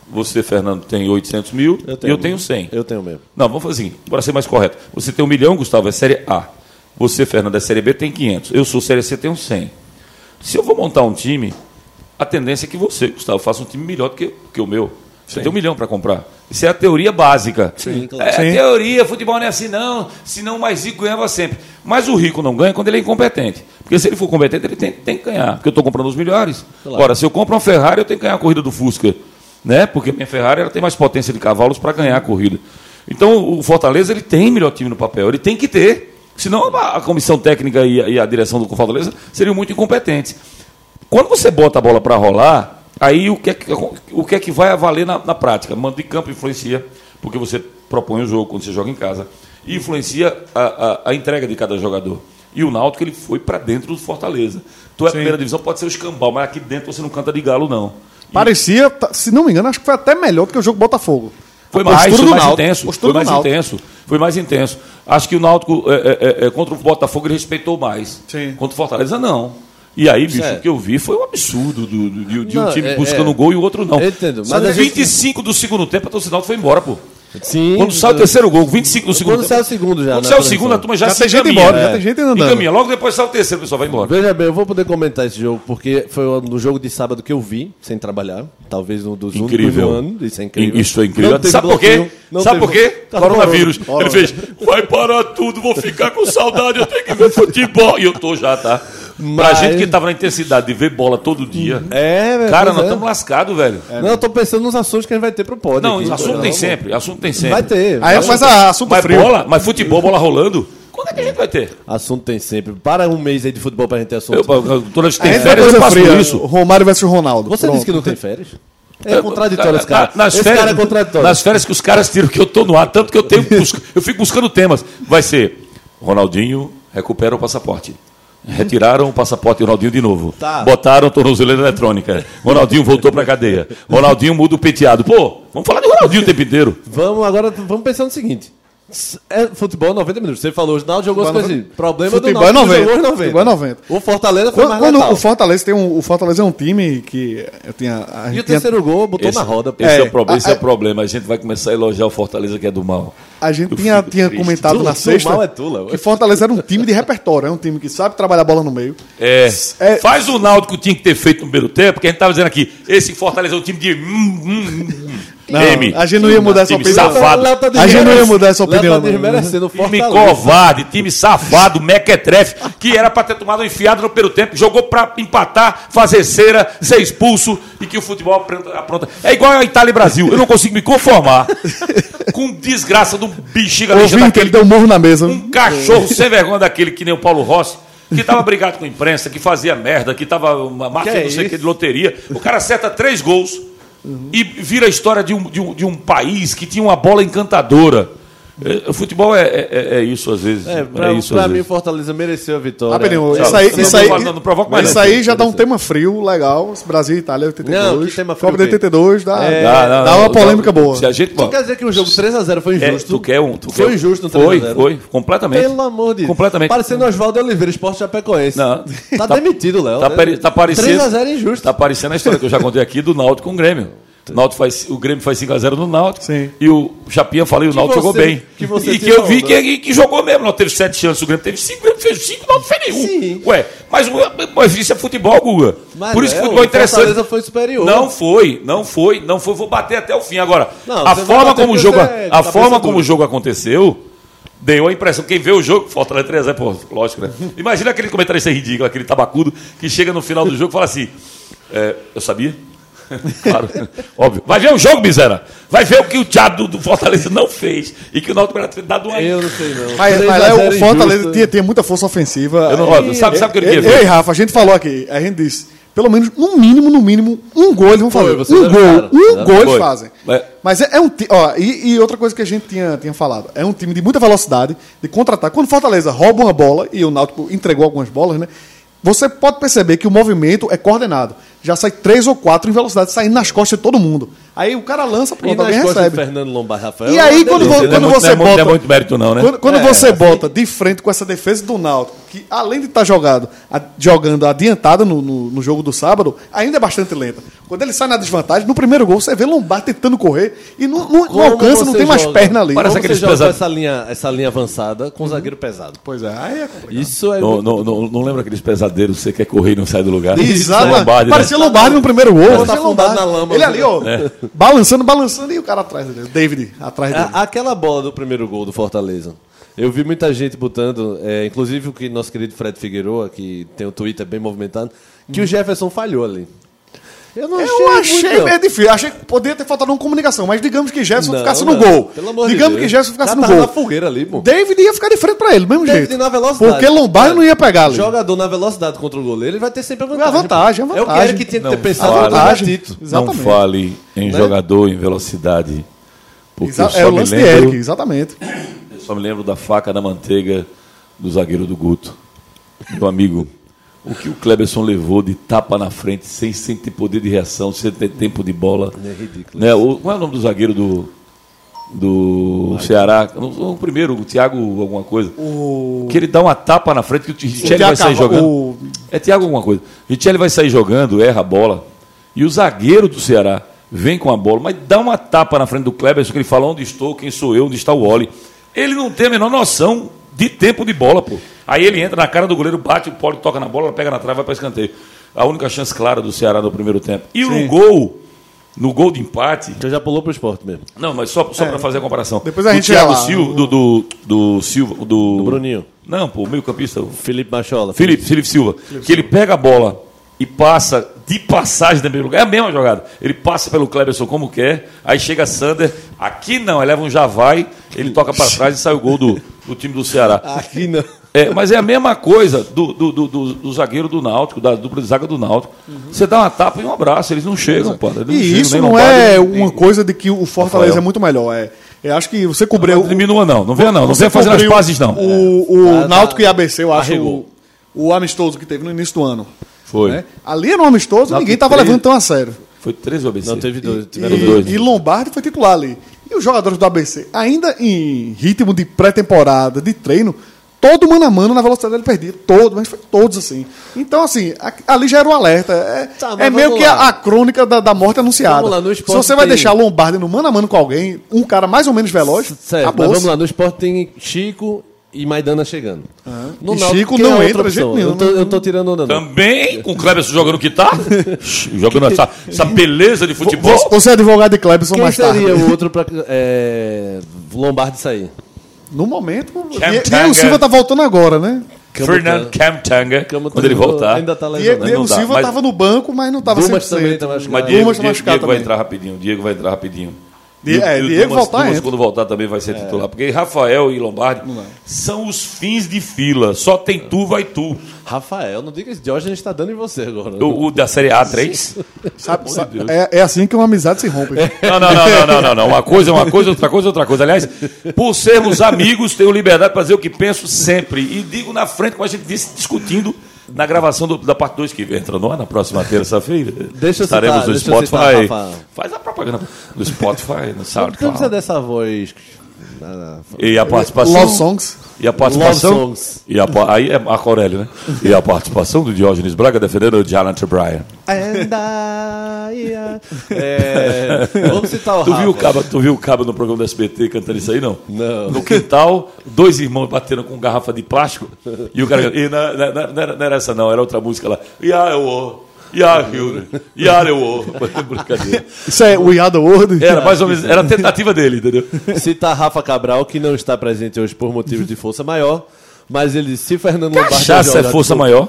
Você, Fernando, tem 800 mil. Eu tenho, eu tenho 100.
Eu tenho mesmo.
Não, vamos fazer assim, para ser mais correto. Você tem um milhão, Gustavo, é série A. Você, Fernando, é série B, tem 500. Eu sou série C, tenho 100. Se eu vou montar um time, a tendência é que você, Gustavo, faça um time melhor do que, que o meu. Você tem um milhão para comprar. Isso é a teoria básica.
Sim, claro.
É a
Sim.
teoria, futebol não é assim não, senão o mais rico ganhava sempre. Mas o rico não ganha quando ele é incompetente. Porque se ele for competente, ele tem, tem que ganhar. Porque eu estou comprando os milhares.
Claro.
Ora, se eu compro uma Ferrari, eu tenho que ganhar a corrida do Fusca. Né? Porque minha Ferrari ela tem mais potência de cavalos para ganhar a corrida. Então o Fortaleza ele tem melhor time no papel, ele tem que ter. Senão a a comissão técnica e a, e a direção do Fortaleza seriam muito incompetentes. Quando você bota a bola para rolar, aí o que, é que, o que é que vai valer na, na prática? Mando de campo influencia, porque você propõe o jogo quando você joga em casa, e influencia a, a- a entrega de cada jogador. E o Náutico ele foi para dentro do Fortaleza. Tu é a primeira divisão, pode ser o escambau, mas aqui dentro você não canta de galo, não. E
Parecia, tá- se não me engano, acho que foi até melhor do que o jogo Botafogo.
Foi
A
mais,
postura
foi
do
mais
Náutico,
intenso.
postura
Foi
do
mais
Náutico.
intenso. Foi mais intenso. Acho que o Náutico é, é, é, contra o Botafogo ele respeitou mais.
Sim.
Contra o Fortaleza, não. E aí, bicho,
é.
o que eu vi foi um absurdo do, do- de, de um
Não,
time
é-
buscando
é.
um gol e o outro não.
Eu entendo, mas
São
a gente-
25 do segundo tempo, a torcida foi embora, pô.
Sim.
Quando sai o terceiro gol, 25 do segundo
Quando sai o segundo já,
Quando
né,
sai o
Fernando?
segundo, a turma já,
Já
se
tem gente
encaminha. né?
embora, já tem gente andando.
Encaminha. Logo depois sai o terceiro, o pessoal vai embora.
Veja bem, eu vou poder comentar esse jogo, porque foi no jogo de sábado que eu vi, sem trabalhar. Talvez um dos únicos
Incrível.
do ano. Isso é incrível.
Isso é incrível.
Não teve
Sabe por quê?
bloqueio, não
Sabe
teve-
por quê?
Tá
Coronavírus.
corona.
Ele fez, vai parar tudo, vou ficar com saudade, eu tenho que ver futebol. E eu tô já, tá? Pra
Mas-
gente que tava na intensidade de ver bola todo dia.
É, velho.
Cara,
pois
nós
é.
estamos lascados, velho.
É,
Não,
né?
eu tô pensando nos assuntos que a gente vai ter pro pódio.
Não,
aqui.
assunto tem sempre, assunto tem sempre.
Vai ter.
Aí faz a assunto
Mas
frio.
bola, mas futebol, bola rolando. Quando é que a gente vai ter?
Assunto tem sempre. Para um mês aí de futebol pra gente ter assunto.
Eu, eu, toda vez que
É,
Aí
tem
entra
férias, eu
coisa
faço
fria.
isso.
Romário versus Ronaldo.
Você
Pronto.
disse que não tem férias? É
Eu-
contraditório esse cara.
na- nas
esse
férias,
cara é contraditório.
Nas férias que os caras tiram que eu tô no ar, tanto que eu tenho bus- eu fico buscando temas. Vai ser Ronaldinho recupera o passaporte. Retiraram o passaporte do Ronaldinho de novo.
Tá.
Botaram tornozeleira eletrônica. Ronaldinho voltou pra cadeia. Ronaldinho muda o penteado. Pô, vamos falar de Ronaldinho o tempo inteiro.
Vamos agora, vamos pensar no seguinte. S- É futebol 90 minutos. Você falou, o Náutico jogou as
Futebol
coisas.
noventa.
Problema
Futebol
do
é
Náutico,
90.
jogou os
Futebol é 90.
O Fortaleza foi
Quando,
mais
quando
letal.
o Fortaleza tem um, o Fortaleza é um time que eu tinha a
E
gente
o
tinha-
terceiro gol botou
esse,
na roda. Ah, pô.
Esse é,
É,
o problema, esse é
a-
o problema. A gente vai começar a elogiar o Fortaleza que é do mal.
A gente
Eu
tinha,
fico
tinha
triste.
comentado
Tu-
na
tu
sexta
mal é tu, Léo.
que Fortaleza era um time de repertório, é um time que sabe trabalhar a bola no meio.
É,
É.
Faz o Náutico que tinha que ter feito no primeiro tempo, porque a gente tava dizendo aqui, esse Fortaleza é um time de. hum, hum, hum.
Não,
M.
a gente não ia mudar essa
time
opinião.
é Safado.
Léo tá
A gente não ia mudar essa
Léo
opinião,
Tá
não.
desmerecendo o
Time
Fortaleza.
covarde, time safado, mequetrefe, que era pra ter tomado um enfiado no primeiro tempo, jogou pra empatar, fazer cera, ser expulso e que o futebol apronta. apronta. É igual a Itália e Brasil, eu não consigo me conformar com desgraça de um bexiga lixo
Ouvindo que ele
daquele
deu um morro na mesa.
um cachorro sem vergonha daquele que nem o Paulo Rossi, que tava brigado com a imprensa, que fazia merda, que tava uma máfia
Que é
não sei o
isso?
que
Uhum.
de loteria. O cara acerta três gols e vira a história de um, de um, de um país que tinha uma bola encantadora. É, o futebol é, é- é- é isso às vezes.
É,
É,
pra,
isso
pra
às
mim, o
vezes.
Fortaleza mereceu a vitória.
Rapidinho,
Tchau.
isso aí,
Não,
isso
não
aí,
provoca- não provoca mais
isso
nada.
aí já dá um tema frio, legal. Brasil e Itália 82.
Não, que tema frio
Copa de
o quê?
82 dá,
É,
Dá- dá-
dá uma
dá- um
polêmica boa.
Se a gente,
Tu quer dizer que o jogo 3x0 foi
é,
injusto?
tu quer um, tu quer
Foi
um-
injusto no 3
Foi, foi, completamente.
Pelo amor de Deus.
Completamente.
Parecendo Oswaldo Oliveira, esporte chapecoense.
Não.
Tá, demitido, Léo.
Tá, pare- tá parecendo.
3x0 é injusto.
Tá parecendo a história que eu já contei aqui do Náutico com o Grêmio.
Tá.
O, Náutico faz, o Grêmio faz 5x0 no Náutico.
Sim.
E o Chapinha falei, o Náutico jogou
você-
bem.
que você
e que
tirou,
eu vi
né?
que, que jogou mesmo. Nós teve 7 chances, o Grêmio teve 5, o Grêmio fez 5, o Náutico fez nenhum.
Sim.
Ué, mas, o- mas isso é futebol, Guga.
Mas
Por isso que
é,
futebol é
o Fortaleza
interessante.
foi superior.
Não foi, não foi, não foi. Vou bater até o fim agora.
Não,
a
você vai
forma
bater
como o
porque
jogo,
você é
a
cabeça
forma
dura.
como o jogo aconteceu, deu a impressão. Quem vê o jogo, Fortaleza 3 é, pô, lógico, né? Imagina aquele comentarista ridículo, aquele tabacudo que chega no final do jogo e fala assim: é, eu sabia. claro, óbvio. Vai ver o jogo, miséria. Vai ver o que o Thiago do, do Fortaleza não fez e que o Náutico era ter dado uma.
Eu não sei, não.
Mas,
3
mas
a
lá
0
o Fortaleza
injusto.
tinha, tinha muita força ofensiva.
é Eu não- ó, sabe, sabe o que eu
eu,
queria
eu e
ver?
Rafa, a gente falou aqui, a gente disse, pelo menos, no mínimo, no mínimo, um gol eles vão
Foi,
fazer.
vocês
um
acertaram.
gol, um
Acertaram.
gol eles
Foi.
fazem.
É.
Mas é, é um time, ó, e, e outra coisa que a gente tinha, tinha falado, é um time de muita velocidade, de contratar. Quando o Fortaleza rouba uma bola, e o Náutico entregou algumas bolas, né? Você pode perceber que o movimento é coordenado. Já sai três ou quatro em velocidade, saindo nas costas de todo mundo. Aí o cara lança,
E
pronto,
nas
alguém
costas do
recebe.
Fernando Lombar Rafael.
E aí,
é uma
quando,
delícia,
vo-
né?
quando
não é
você
muito- não é
bota.
muito mérito, não, né?
Quando, quando
É,
você
assim-
bota de frente com essa defesa do Náutico, que além de estar jogado, a- jogando adiantada no, no, no jogo do sábado, ainda é bastante lenta. Quando ele sai na desvantagem, no primeiro gol, você vê Lombar tentando correr e não, não- não
Como
alcança, não
você
tem mais
joga?
perna ali.
Parece
Como
aqueles
você joga com
pesados.
essa linha, essa linha avançada com um zagueiro pesado.
Pois é, aí é complicado.
Isso é.
Não, não, não, não lembra aqueles pesadeiros que você quer correr e não sai do lugar?
Exato.
Lombardi, né?
Parecia Lombardi no primeiro gol.
Parecia
parecia
Lombardi Tá
Lombardi.
na lama. né? É.
Ele ali, ó. Balançando, balançando e o cara atrás dele. O David atrás dele.
A- Aquela bola do primeiro gol do Fortaleza. Eu vi muita gente botando, é, inclusive o que nosso querido Fred Figueroa, que tem o Twitter bem movimentado, que o Jefferson falhou ali. Eu não
Eu achei
muito, não.
meio difícil. Achei que poderia ter faltado uma comunicação, mas digamos que Gerson
Não,
ficasse
não.
no gol.
Pelo amor de
digamos
Deus.
que Gerson ficasse
Cara,
no
tava
gol.
na fogueira ali, pô.
David ia ficar de frente pra ele, do mesmo
David
jeito.
na velocidade.
Porque Lombardi não ia pegar ali.
Jogador na velocidade contra o goleiro, ele vai ter sempre a vantagem.
É a vantagem,
pô.
é a
É o que
vantagem.
ele que tinha que
Não
ter pensado no
fala.
Gatito.
Não
Exatamente.
fale em
Né?
jogador em velocidade. Porque
Exa-
eu só
é o
me
lance de
lembro-
Eric, exatamente.
Eu só me lembro da faca da manteiga do zagueiro do Guto. Meu amigo, o que o Kleberson levou de tapa na frente, sem, sem ter poder de reação, sem ter tempo de bola.
É ridículo.
Né? O, qual é o nome do zagueiro do, do Ceará? O, o primeiro, o Thiago alguma coisa. Que ele dá uma tapa na frente, que o Richelli vai
Thiago
sair
Carvalho-
jogando.
o-
É Thiago alguma coisa. Richelli vai sair jogando, erra a bola. E o zagueiro do Ceará vem com a bola, mas dá uma tapa na frente do Kleberson, que ele fala onde estou, quem sou eu, onde está o Oli. Ele não tem a menor noção de tempo de bola, pô. Aí ele entra na cara do goleiro, bate, o Poli toca na bola, ela pega na trave, vai para escanteio. A única chance clara do Ceará no primeiro tempo. E no gol, no gol de empate,
Então já pulou pro esporte mesmo.
não, mas só, só para fazer a comparação.
É. Depois a
do
gente
Thiago
vai lá.
Silva, do, do, do Silva, do...
Do Bruninho.
Não, pô, o meio-campista, o
Felipe Machola.
Felipe, Felipe Silva, que ele pega a bola e passa de passagem no primeiro lugar, é a mesma jogada. Ele passa pelo Cleberson como quer, aí chega Sander, aqui não, ele leva um já vai, ele toca para trás e sai o gol do, do time do Ceará.
Aqui não.
É, mas é a mesma coisa do, do, do, do- do zagueiro do Náutico, da dupla de zaga do Náutico. Você dá uma tapa e um abraço, eles não chegam, pô. Eles não chegam,
Uhum. E isso
nem
não
Lombardi,
é
nem-
uma coisa de que o Fortaleza
Rafael.
é muito melhor. É, eu acho que você
Não
cobriu.
diminua não, não venha não, não venha fazer as
cobriu
pazes não.
O, o
Tá,
Náutico
tá.
e ABC, eu acho,
Arregou.
o, o amistoso que teve no início do ano.
Foi.
né? Ali era um amistoso,
Náutico
ninguém estava
treze.
levando tão a sério.
Foi três OBC.
Não, teve dois.
E,
Tiveram
Eram
dois.
dois, né?
e Lombardi foi titular ali. E os jogadores do ABC, ainda em ritmo de pré-temporada, de treino, todo mano a mano na velocidade ele perdia. Todo, mas foi todos assim. Então, assim, a- ali já era o alerta. É,
Tá, mas
é meio
vamos
que
lá.
a, a crônica da, da morte anunciada.
Vamos lá, no
Se
esporte
você vai
tem-
deixar Lombardi no mano a mano com alguém, um cara mais ou menos veloz,
Certo, mas
acabou.
vamos lá, no esporte tem Chico e Maidana chegando. No
Ah. E
Náutico,
Chico
quem
não
é a outra
entra de jeito
opção?
nenhum,
Eu tô, eu tô tirando onda, não.
Também com o Cleberson jogando que tá, jogando essa, essa beleza de futebol.
Você- Você é advogado de Clebson
Quem
mais tarde.
seria o outro pra é, Lombardi sair?
No momento,
Cam-
Die-
Canga.
Diego Silva tá voltando agora, né?
Fernando Camtanga,
Cama
quando ele
também
voltar.
Ainda tá lesionado.
Diego,
né?
Não
Diego
dá,
Silva
mas-
tava no banco, mas não tava
Dumas
100%.
também tá machucado.
Mas
Dumas
Diego,
tá
Diego-
machucado
Diego vai
também.
entrar rapidinho. Diego vai entrar rapidinho.
Die- é,
E o
Diego
Dumas-
voltar, É.
Dumas,
entra.
quando voltar também vai ser titular. Porque Rafael e Lombardi são os fins de fila. Só tem tu, vai tu.
Rafael, não diga isso. Diógenes tá dando em você agora.
O, o da Série A3?
Sabe, sabe- é, é assim que uma amizade se rompe.
É
Não, não, não, não, não, não, não. Uma coisa é uma coisa, outra coisa é outra coisa. Aliás, por sermos amigos, tenho liberdade para dizer o que penso sempre. E digo na frente, como a gente disse, discutindo na gravação do- da parte 2, que entra no ar é? na próxima terça-feira.
Deixa eu
Estaremos
citar,
no
deixa eu
Spotify.
citar, Rafa.
Faz a propaganda do Spotify, no
Não precisa
SoundCloud.
dessa voz.
E a
assim.
Love
participação.
Songs.
E a participação.
Love songs.
E a, pa- aí é Marco Aurélio, né? E a participação do Diógenes Braga defendendo o Janet Bryan.
And I, é, vamos citar o
Tu viu o,
Rafa.
cabo, tu viu o cabo no programa do SBT cantando isso aí, não?
Ah, Não.
No quintal, dois irmãos batendo com garrafa de plástico e o cara. E na- na- na- não, era, não era essa, não, era outra música lá. Yeah, eu oh. Yeah, Hilda. Yeah, eu oh. Brincadeira.
Isso é We Are the World.
Era mais ou menos. Era a tentativa dele, entendeu?
Citar Rafa Cabral, que não está presente hoje por motivos de força maior. Mas ele, se Fernando Lombardi. é
Chaça é
jogador-
força maior.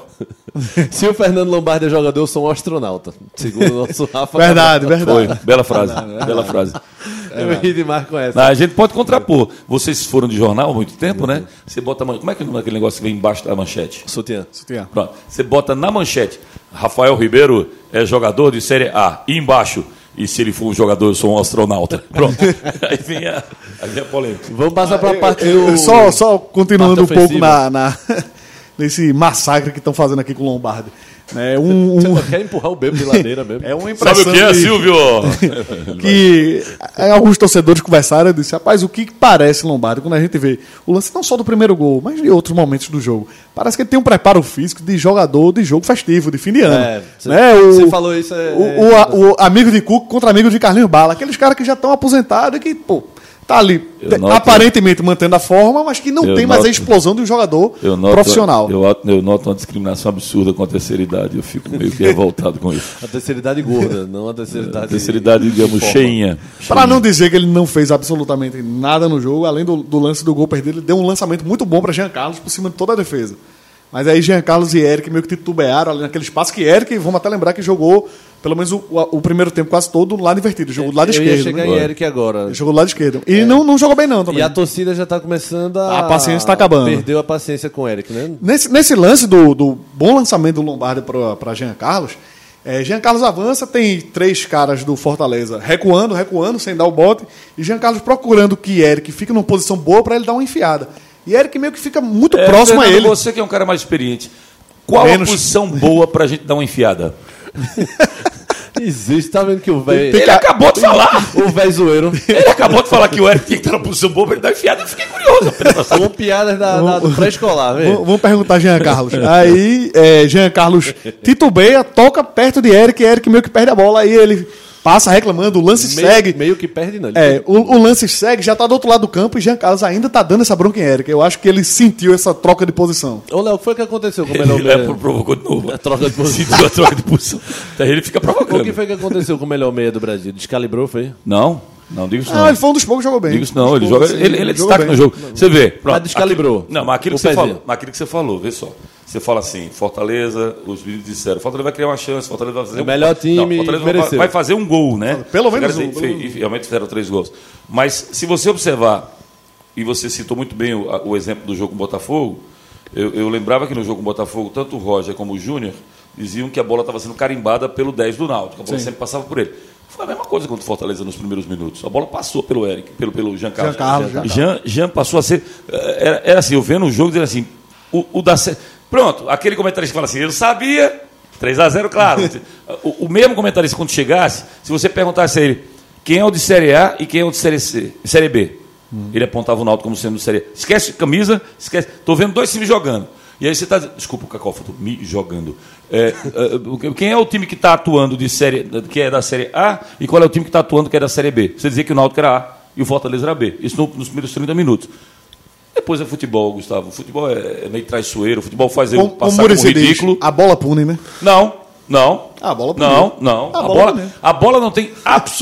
Se o Fernando Lombardi é jogador, eu sou um astronauta. Segundo o nosso Rafa.
Verdade,
Foi.
verdade.
Bela frase. Bela frase.
Cabral. Eu ri demais com essa.
Não, a gente pode contrapor. Vocês foram de jornal há muito tempo, né? Você bota. a man- Como é que é o nome daquele negócio que vem embaixo da manchete?
Sutiã.
Pronto. Você bota na manchete. Rafael Ribeiro é jogador de Série A. E embaixo. E se ele for um jogador, eu sou um astronauta. Pronto. aí vem a, aí vem a polêmica.
Vamos passar para a parte
Ah, Eu-
do.
Só, só continuando um
Parte
pouco
ofensiva.
na, na, nesse massacre que estão fazendo aqui com o Lombardi. Né, um, um-
Você só quer empurrar o bebo de ladeira mesmo.
é uma impressão
Sabe o que é,
de-
Silvio?
que aí alguns torcedores conversaram e disse, rapaz, o que que parece Lombardi quando a gente vê o lance não só do primeiro gol, mas de outros momentos do jogo. Parece que ele tem um preparo físico de jogador de jogo festivo, de fim de ano.
É, cê-
né?
cê
o,
falou isso, é-
o, o, a- o amigo de Cuco contra amigo de Carlinhos Bala, aqueles caras que já estão aposentados e que, pô, tá ali
Eu
te-
noto-
aparentemente mantendo a forma, mas que não
Eu
tem mais a
noto-
explosão de um jogador
Eu noto,
profissional.
Eu, eu noto uma discriminação absurda com a terceira idade. Eu fico meio que revoltado com isso.
A terceira idade gorda, não a terceira idade.
Terceira idade, digamos,
Forma.
cheinha.
Pra não dizer que ele não fez absolutamente nada no jogo, além do, do lance do gol perdido, ele deu um lançamento muito bom pra Jean Carlos por cima de toda a defesa. Mas aí Jean Carlos e Eric meio que titubearam ali naquele espaço que Eric, vamos até lembrar que jogou pelo menos o, o- o primeiro tempo quase todo do lado invertido, jogou do lado
eu
esquerdo.
ia chegar
né?
em Eric agora.
Ele Jogou do lado esquerdo. E não, não jogou bem não também.
E a torcida já tá começando a.
A paciência tá acabando.
Perdeu a paciência com o Eric, né?
Nesse, nesse lance do, do bom lançamento do Lombardi para Jean Carlos, é, Jean Carlos avança, tem três caras do Fortaleza recuando, recuando, sem dar o bote, e Jean Carlos procurando que Eric fique numa posição boa para ele dar uma enfiada. E Eric meio que fica muito
É,
próximo
Fernando,
a ele.
Você que é um cara mais experiente. Qual
Menos.
a posição boa pra gente dar uma enfiada?
Existe, tá vendo que o
Tem
velho.
Ele acabou de falar!
O velho zoeiro.
Ele acabou de falar que o Eric tinha que estar na posição boa pra ele dar uma enfiada. Eu fiquei curioso.
Com piadas da, da, do pré-escolar,
V-
velho.
Vamos perguntar a Jean Carlos. Aí é, Jean Carlos titubeia, toca perto de Eric, e Eric meio que perde a bola, aí ele passa reclamando, o lance
Meio-
segue.
Meio que perde, não. Ele
É, o, o lance segue, já tá do outro lado do campo e Jean Carlos ainda tá dando essa bronca em Eric. Eu acho que ele sentiu essa troca de posição.
Ô, Léo, o que foi que aconteceu com o melhor
Ele é, pro-
meia?
provocou de novo.
A troca de posição.
Sentiu a troca de posição. Daí ele fica
O que
provocando.
foi que aconteceu com o melhor meia do Brasil? Descalibrou, foi?
Não, não digo isso
Ah,
não.
ele foi um dos poucos que jogou bem.
Digo isso não, ele
Poucos,
joga,
sim,
ele, ele
jogou
é destaque
bem. Tá
no jogo. Você vê. Pronto,
Mas descalibrou.
Aquilo- não, mas aquilo
O
que você
pezinho.
falou, mas aquilo que você falou, vê só. Você fala assim, Fortaleza, os meninos disseram, Fortaleza vai criar uma chance, Fortaleza vai fazer um
É o melhor time,
Fortaleza
mereceu.
vai, vai fazer um gol, né?
Pelo menos
Os caras
um,
fe-
pelo menos
fe- e realmente fizeram três gols. Mas se você observar, e você citou muito bem o, a- o exemplo do jogo com o Botafogo, eu, eu lembrava que no jogo com o Botafogo, tanto o Roger como o Júnior diziam que a bola estava sendo carimbada pelo 10 do Náutico, a bola sempre passava por ele. Foi a mesma coisa contra o Fortaleza nos primeiros minutos. A bola passou pelo Eric, pelo, pelo Jean Carlos.
Jean Carlos, Jean Carlos.
Jean, Jean passou a ser. eh, Era, era assim, eu vendo o jogo dizendo assim, o, o da Sé- Pronto, aquele comentarista que fala assim, eu sabia, 3x0, claro. o, o mesmo comentarista, quando chegasse, se você perguntasse a ele quem é o de Série A e quem é o de Série, C, série B, ele apontava o Náutico como sendo do Série A. Esquece camisa, esquece. Tô vendo dois times jogando. E aí você está. Desculpa o cacófono, me jogando. É, é, quem é o time que está atuando de série, que é da Série A e qual é o time que está atuando que é da Série B? Você dizia que o Náutico era A e o Fortaleza era B. Isso no- nos primeiros 30 minutos. Depois é futebol, Gustavo. Futebol é é meio traiçoeiro. Futebol faz eu
Como, como
passar como
Muricy diz,
ridículo.
a bola pune, né?
Não, não.
A bola puniu.
Não, não.
A
A,
bola puniu.
bola, a bola não tem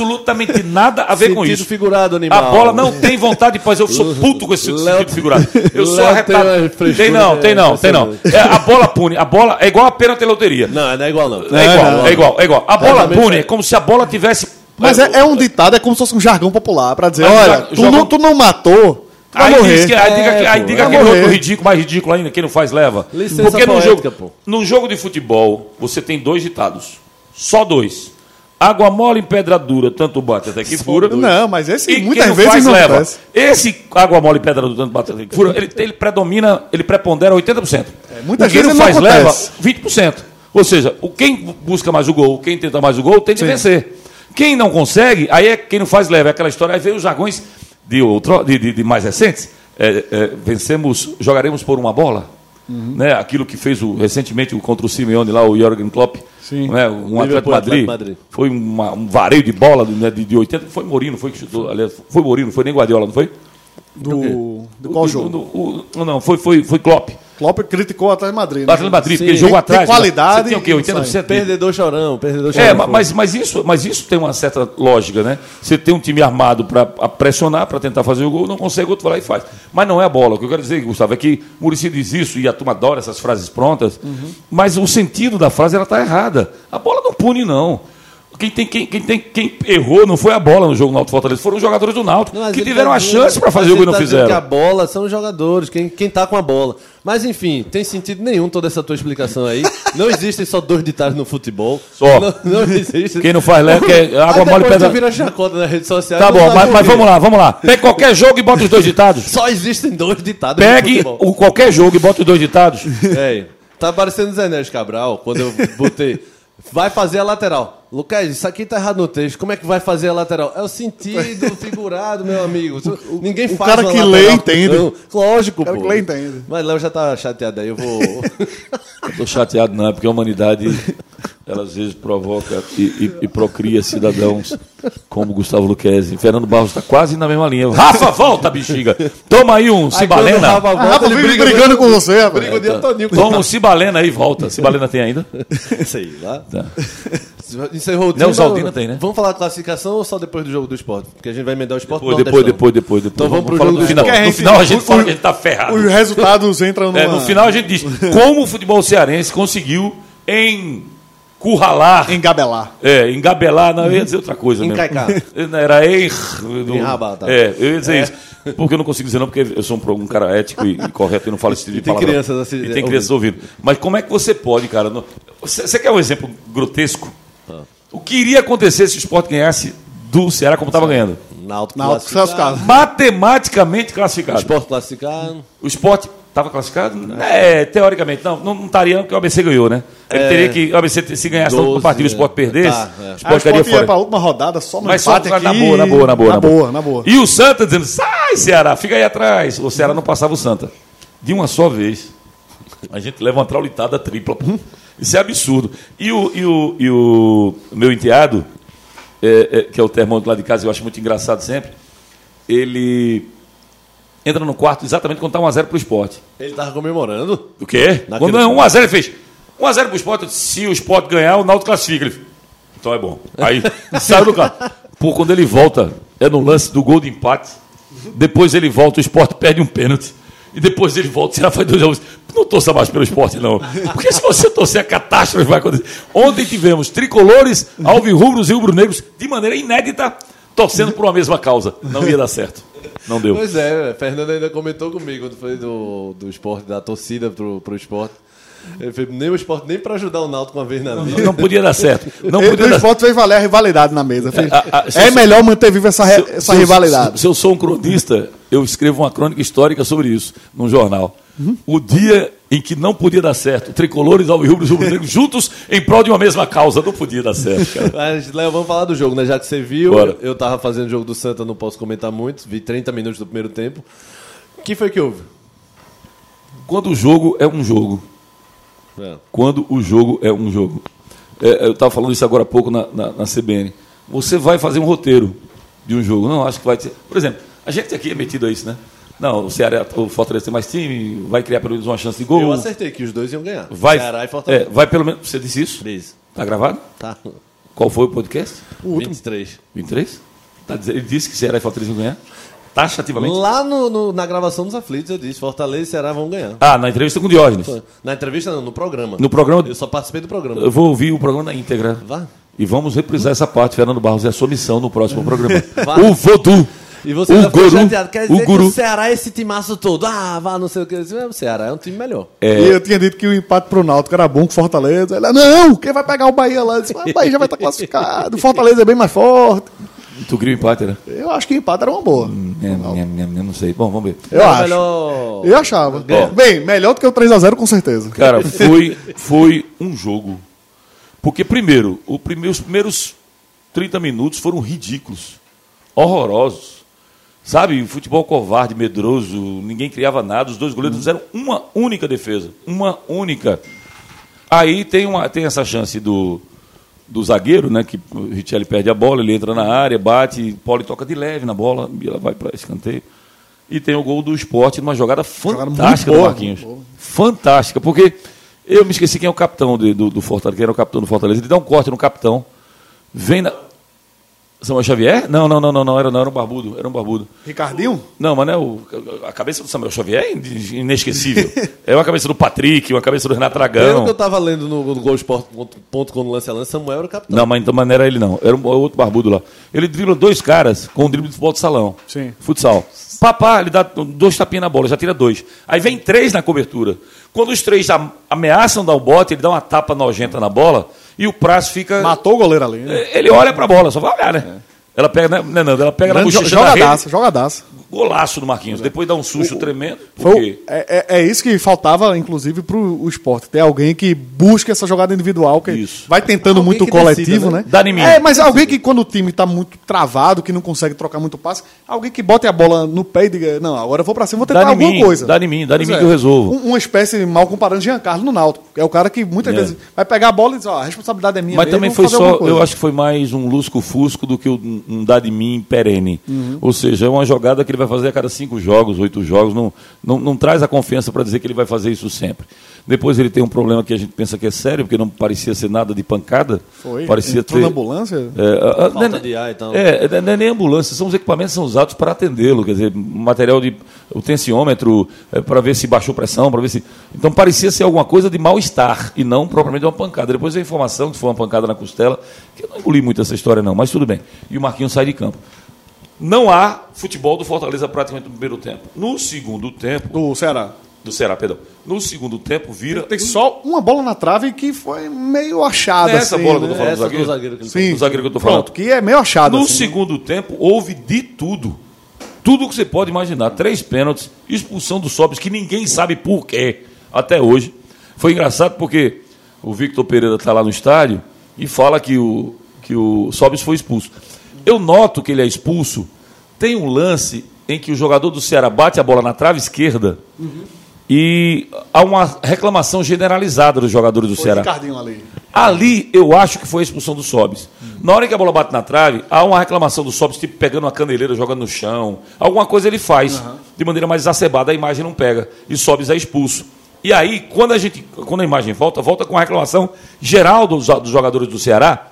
absolutamente nada a ver com
Sentido
isso.
figurado, animal.
A bola não tem vontade de fazer. Eu sou puto com esse
Léo-
sentido figurado. Eu sou
Léo tem
arretado.
uma frescura,
Tem não, tem não,
é,
tem não. É, a bola pune. A bola é igual a pênalti e loteria.
Não, não é igual, não.
É igual,
não.
é igual, é igual. A bola
também
pune
sei.
é como se a bola tivesse.
Mas é, é um ditado, é como se fosse um jargão popular pra dizer:
Mas
olha,
joga-
tu,
joga-
não, tu não matou, tu vai
Aí,
morrer.
diz que, aí
É,
diga, que- aí
pô,
diga
vai
aquele
morrer.
outro ridículo, mais ridículo ainda, quem não faz leva.
Licença
Porque num
poética, pô.
jogo, num jogo de futebol, você tem dois ditados. Só dois. Água mole em pedra dura, tanto bate até que fura.
Não, mas esse
E
muitas
quem não
vezes
faz,
não
leva.
acontece.
Esse água mole e pedra dura, tanto bate até que fura, ele, ele predomina, ele prepondera 80%.
É, muitas
o que
vezes
não
ele
faz
não
leva,
acontece.
20%. Ou seja, o, quem busca mais o gol, quem tenta mais o gol, tem de vencer. Quem não consegue, aí é quem não faz leva. É aquela história, aí vem os jargões de, outro, de, de- de mais recentes. É, é, vencemos, jogaremos por uma bola.
Uhum.
Né? Aquilo que fez o, recentemente o contra o Simeone lá, o Jürgen Klopp.
Sim.
Né? Um Atlético
Liverpool,
Madrid.
Atlético Madrid.
Foi uma- um vareio de bola né, de, de 80. Foi Morino, foi que chutou. Aliás, foi Morino, foi nem Guardiola, não foi?
Do, do qual
O-
jogo?
o- o- não, foi, foi, foi Klopp.
Klopp criticou o Atlético de Madrid. né?
O Atlético de Madrid,
Sim.
porque ele jogou
Tem
atrás. né?
qualidade
Você tem o quê?
e
80% de-
é Perdedor chorão, perdedor chorão.
É, ma- mas, mas, isso, mas isso tem uma certa lógica, né? Você tem um time armado para pressionar, para tentar fazer o gol, não consegue, outro vai lá e faz. Mas não é a bola. O que eu quero dizer, Gustavo, é que Murici diz isso e a turma adora
Uhum.
tá essas frases prontas, mas o sentido da frase ela está errada. A bola não pune, não. Quem, tem, quem, quem, tem, quem errou não foi a bola no jogo do Náutico Fortaleza, foram os jogadores do Náutico,
Não, mas
que
ele
tiveram
tá
a
dizendo-
chance para fazer
mas
o que
ele
não
tá dizendo
fizeram.
Que a bola são os jogadores, quem, quem tá com a bola. Mas enfim, tem sentido nenhum toda essa tua explicação aí. Não existem só dois ditados no futebol.
Só.
Não, não existe.
Quem não faz leve, quer água
Aí
mole
depois
pedra.
tu vira chacota nas redes sociais.
Tá
não
bom,
sabe
mas,
por
mas
quê.
vamos lá, vamos lá. Pega qualquer jogo e bota os dois ditados.
Só existem dois ditados no
Pegue
futebol.
o, qualquer jogo e bota os dois ditados.
É, tá parecendo Zé Neves Cabral, quando eu botei. Vai fazer a lateral. Lucas, isso aqui tá errado no texto. Como é que vai fazer a lateral? É o sentido figurado, meu amigo. Ninguém
o
faz
cara
uma
que
lateral.
lê entende.
Não, Lógico,
cara
pô.
que lê entende.
Mas Léo já tá chateado aí, eu vou...
Tô chateado, não, é porque a humanidade, ela às vezes provoca e, e- e procria cidadãos como Gustavo Luquezzi. Fernando Barros tá quase na mesma linha. Rafa, volta, bexiga! Toma aí um
Aí quando o
Cibalena.
Rafa
Ah,
volta,
Rafa
ele
vive
briga
brigando com você, rapaz.
Briga de Antoninho.
Toma um Cibalena aí, volta. Cibalena tem ainda?
Sei lá.
Tá.
Encerrou o time.
Não, o Zaldino tem, né?
Vamos falar de classificação ou só depois do jogo do esporte? Porque a gente vai emendar o esporte.
Depois,
não,
depois,
Destão.
depois, depois, depois.
Então vamos pro
falar
jogo
do
do
final.
Porque
No final a gente
o-
fala
o-
que a gente tá ferrado.
Os resultados entram numa...
É, no final a gente diz como o futebol cearense conseguiu encurralar,
Engabelar.
é, engabelar, não, eu ia dizer outra coisa mesmo.
Encaicar.
Não, Era er... do-
Enrabar, tá.
É, eu ia dizer isso. Porque eu não consigo dizer não, porque eu sou um, pro- um cara ético e, e correto e não falo esse tipo de
tem
palavra.
crianças assim, né? assi-
E tem crianças ouvindo. Mas como é que você pode, cara? não- Você você quer um exemplo grotesco?
Ah.
O que iria acontecer se o Sport ganhasse do Ceará como estava ganhando?
Náutico
Na auto
classificado.
Matematicamente classificado.
Esporte classificado.
O esporte estava classificado? É, teoricamente. Não, não não estaria porque o ABC ganhou, né? Ele
É.
teria que. O ABC, se ganhasse todo
12,
o partido e o esporte
é.
perdesse,
Tá, é.
o
Ah, o
esporte estaria
Sport ia
fora.
pra última rodada só no
Mas só
empate
na
aqui.
boa, na boa, na boa.
Na boa, na boa.
E o Santa dizendo, sai, Ceará, fica aí atrás. O Ceará não passava o Santa. De uma só vez, a gente leva uma traulitada tripla. pô. Isso é absurdo. E o, e o, e o meu enteado, é, é, que é o termômetro lá de casa, eu acho muito engraçado sempre, ele entra no quarto exatamente quando tá 1x0 pro esporte.
Ele tava comemorando.
O quê?
Naquele
Quando é
jogo.
1x0 ele fez. 1x0 pro Sport, eu disse, se o Sport ganhar, o Náutico classifica. Ele fez, então é bom. Aí saiu do carro. Pô, quando ele volta, é no lance do gol de empate. Depois ele volta, o Sport perde um pênalti. E depois ele volta, será faz dois jogos. Não torça mais pelo esporte, não. Porque se você torcer, a catástrofe vai acontecer. Ontem tivemos tricolores, alvirrubros e rubro-negros, de maneira inédita, torcendo por uma mesma causa. Não ia dar certo. Não deu.
Pois é, Fernando ainda comentou comigo quando foi do, do esporte, da torcida pro, pro esporte. Ele fez nem o esporte, nem pra ajudar o Náutico uma vez na vida.
Não podia dar certo. Não
Ele-
podia
O
dar
esporte fez valer a rivalidade na mesa. filho.
Ah, ah, se
é
eu-
melhor manter viva essa, re- essa
eu-
É rivalidade.
se eu sou um cronista, eu escrevo uma crônica histórica sobre isso num jornal. O dia em que não podia dar certo, tricolores, alvirrubros e rubro-negros juntos em prol de uma mesma causa, não podia dar certo, cara.
Mas, Léo, vamos falar do jogo, né? Já que você viu,
Bora.
eu tava fazendo o jogo do Santa, não posso comentar muito. Vi 30 minutos do primeiro tempo. O que foi que houve?
Quando o jogo é um jogo.
É.
Quando o jogo é um jogo. É, eu estava falando isso agora há pouco na, na, na CBN. Você vai fazer um roteiro de um jogo. Não, acho que vai ter. Por exemplo, a gente aqui é metido a isso, né? Não, o Ceará, o Fortaleza tem mais time, vai criar pelo menos uma chance de gol.
Eu acertei que os dois iam ganhar.
Vai,
Ceará e
é,
Fortaleza.
vai pelo menos. Você disse isso?
Três.
Tá gravado?
Tá.
Qual foi o podcast?
O último. 23.
23? Tá dizendo- ele disse que Ceará e Fortaleza iam ganhar? Taxativamente?
Lá no, no- na gravação dos aflitos eu disse, Fortaleza e Ceará vão ganhar.
Ah, na entrevista com o Diógenes.
Na entrevista não, no programa.
No programa.
Eu só participei do programa.
Eu vou ouvir o programa na íntegra.
Vá.
E vamos reprisar essa parte, Fernando Barros. É a sua missão no próximo programa.
Vá.
o Vodu.
E você
o
ainda ficou
guru,
chateado. Quer dizer
o guru.
que o Ceará é esse timaço todo. Ah, vá, não sei o que. Eu disse, "É, O Ceará é um time melhor.
E eu tinha dito que o empate pro Náutico era bom com o Fortaleza. Ele, não, quem vai pegar o Bahia lá? Eu Disse, "Mas o Bahia já vai estar classificado. O Fortaleza é bem mais forte.
Tu queria o empate, né?
Eu acho que o empate era uma boa.
É, é, é, é, não sei. Bom, vamos ver.
Eu
Era
acho.
melhor-
Eu achava.
Ó.
Bem, melhor do que o 3x0 com certeza.
Cara, foi, foi um jogo. Porque, primeiro, o prime- os primeiros 30 minutos foram ridículos, horrorosos. Sabe, futebol covarde, medroso, ninguém criava nada, os dois goleiros fizeram uma única defesa. Uma única. Aí tem, uma, tem essa chance do, do zagueiro, né? Que o Richelli perde a bola, ele entra na área, bate, Poli toca de leve na bola, e ela vai para escanteio. E tem o gol do esporte numa jogada
muito
fantástica do
boa,
Marquinhos.
muito boa.
Fantástica, porque eu me esqueci quem é o capitão de- do, do Fortaleza, quem era o capitão do Fortaleza. Ele dá um corte no capitão, vem na. Samuel Xavier? Não, não, não, não, não, era, não, era um barbudo, era um barbudo.
Ricardinho?
Não, mas não é o, a cabeça do Samuel Xavier é in- inesquecível. é uma cabeça do Patrick, uma cabeça do Renato
Então.
Pelo que eu
Dragão.
tava lendo no, no Golsport.com no lance a lance, Samuel era o capitão.
Não, mas então mas não era ele não, era um, outro barbudo lá. Ele dribla dois caras com o drible de futebol de salão.
Sim.
Futsal. Papá, ele dá dois tapinhas na bola, já tira dois. Aí vem três na cobertura. Quando os três am- ameaçam dar o bote, ele dá uma tapa nojenta na bola e o prazo fica. É,
Matou o goleiro ali, né?
Ele olha pra bola, só vai olhar, né? Ela pega, né, né, Nando? Ela pega na
É. Grande jo-
bochecha da rede,
jogadaço, jogadaço.
golaço do Marquinhos. Depois dá um susto tremendo.
Foi o-
Porque...
é, é- é isso que faltava, inclusive, pro o esporte. Ter alguém que busque essa jogada individual, que
Isso.
vai tentando
Alguém
muito o
que decida,
coletivo,
né?
né?
Dá em mim.
É, mas alguém que quando o time tá muito travado, que não consegue trocar muito passe, alguém que bote a bola no pé e diga, não, agora eu vou pra cima, vou tentar
Dá em
alguma
mim,
coisa.
dá em mim, dá em
Pois
mim
é.
que eu resolvo.
Um- uma espécie, mal comparando, Giancarlo no Náutico. É o cara que muitas
É.
vezes vai pegar a bola e diz, ó, a responsabilidade é minha
Mas
mesmo,
também
vou
foi
fazer
só,
alguma coisa.
eu acho que foi mais um lusco-fusco do que um, um dar de mim perene.
Uhum.
Ou seja, é uma jogada que ele vai fazer a cada cinco jogos, oito jogos, não, não, não traz a confiança para dizer que ele vai fazer isso sempre. Depois ele tem um problema que a gente pensa que é sério, porque não parecia ser nada de pancada.
Foi,
parecia
entrou na
ter-
ambulância.
É, a- a-
Falta
não é-
de ar e tal.
É, não é nem ambulância, são os equipamentos que são usados para atendê-lo, quer dizer, material de o tensiômetro é, para ver se baixou pressão, para ver se. Então parecia ser alguma coisa de mal-estar e não propriamente uma pancada. Depois a informação que foi uma pancada na costela, que eu não engoli muito essa história não, mas tudo bem. E o Marquinhos sai de campo. Não há futebol do Fortaleza praticamente no primeiro tempo. No segundo tempo,
Do Ceará.
do Ceará, perdão. No segundo tempo vira
Tem só uma bola na trave que foi meio achada.
essa
assim,
bola
né?
que eu tô falando,
Essa do
zagueiro.
zagueiro que ele
Sim.
Do zagueiro que eu tô falando.
Pronto, que é meio achado.
No
assim, né?
segundo tempo, houve de tudo. Tudo que você pode imaginar. Três pênaltis, expulsão do Sobis, que ninguém sabe por quê até hoje. Foi engraçado porque o Victor Pereira está lá no estádio e fala que o, que o Sobis foi expulso. Eu noto que ele é expulso. Tem um lance em que o jogador do Ceará bate a bola na trave esquerda
Uhum.
e há uma reclamação generalizada dos jogadores do
Foi
Ceará.
Ricardinho ali.
Ali eu acho que foi a expulsão do Sobis. Na hora que a bola bate na trave, há uma reclamação do Sobis, tipo pegando uma caneleira, jogando no chão. Alguma coisa ele faz. De maneira mais exacerbada, a imagem não pega. E Sobis é expulso. E aí, quando a, gente, quando a imagem volta, volta com a reclamação geral dos, dos jogadores do Ceará.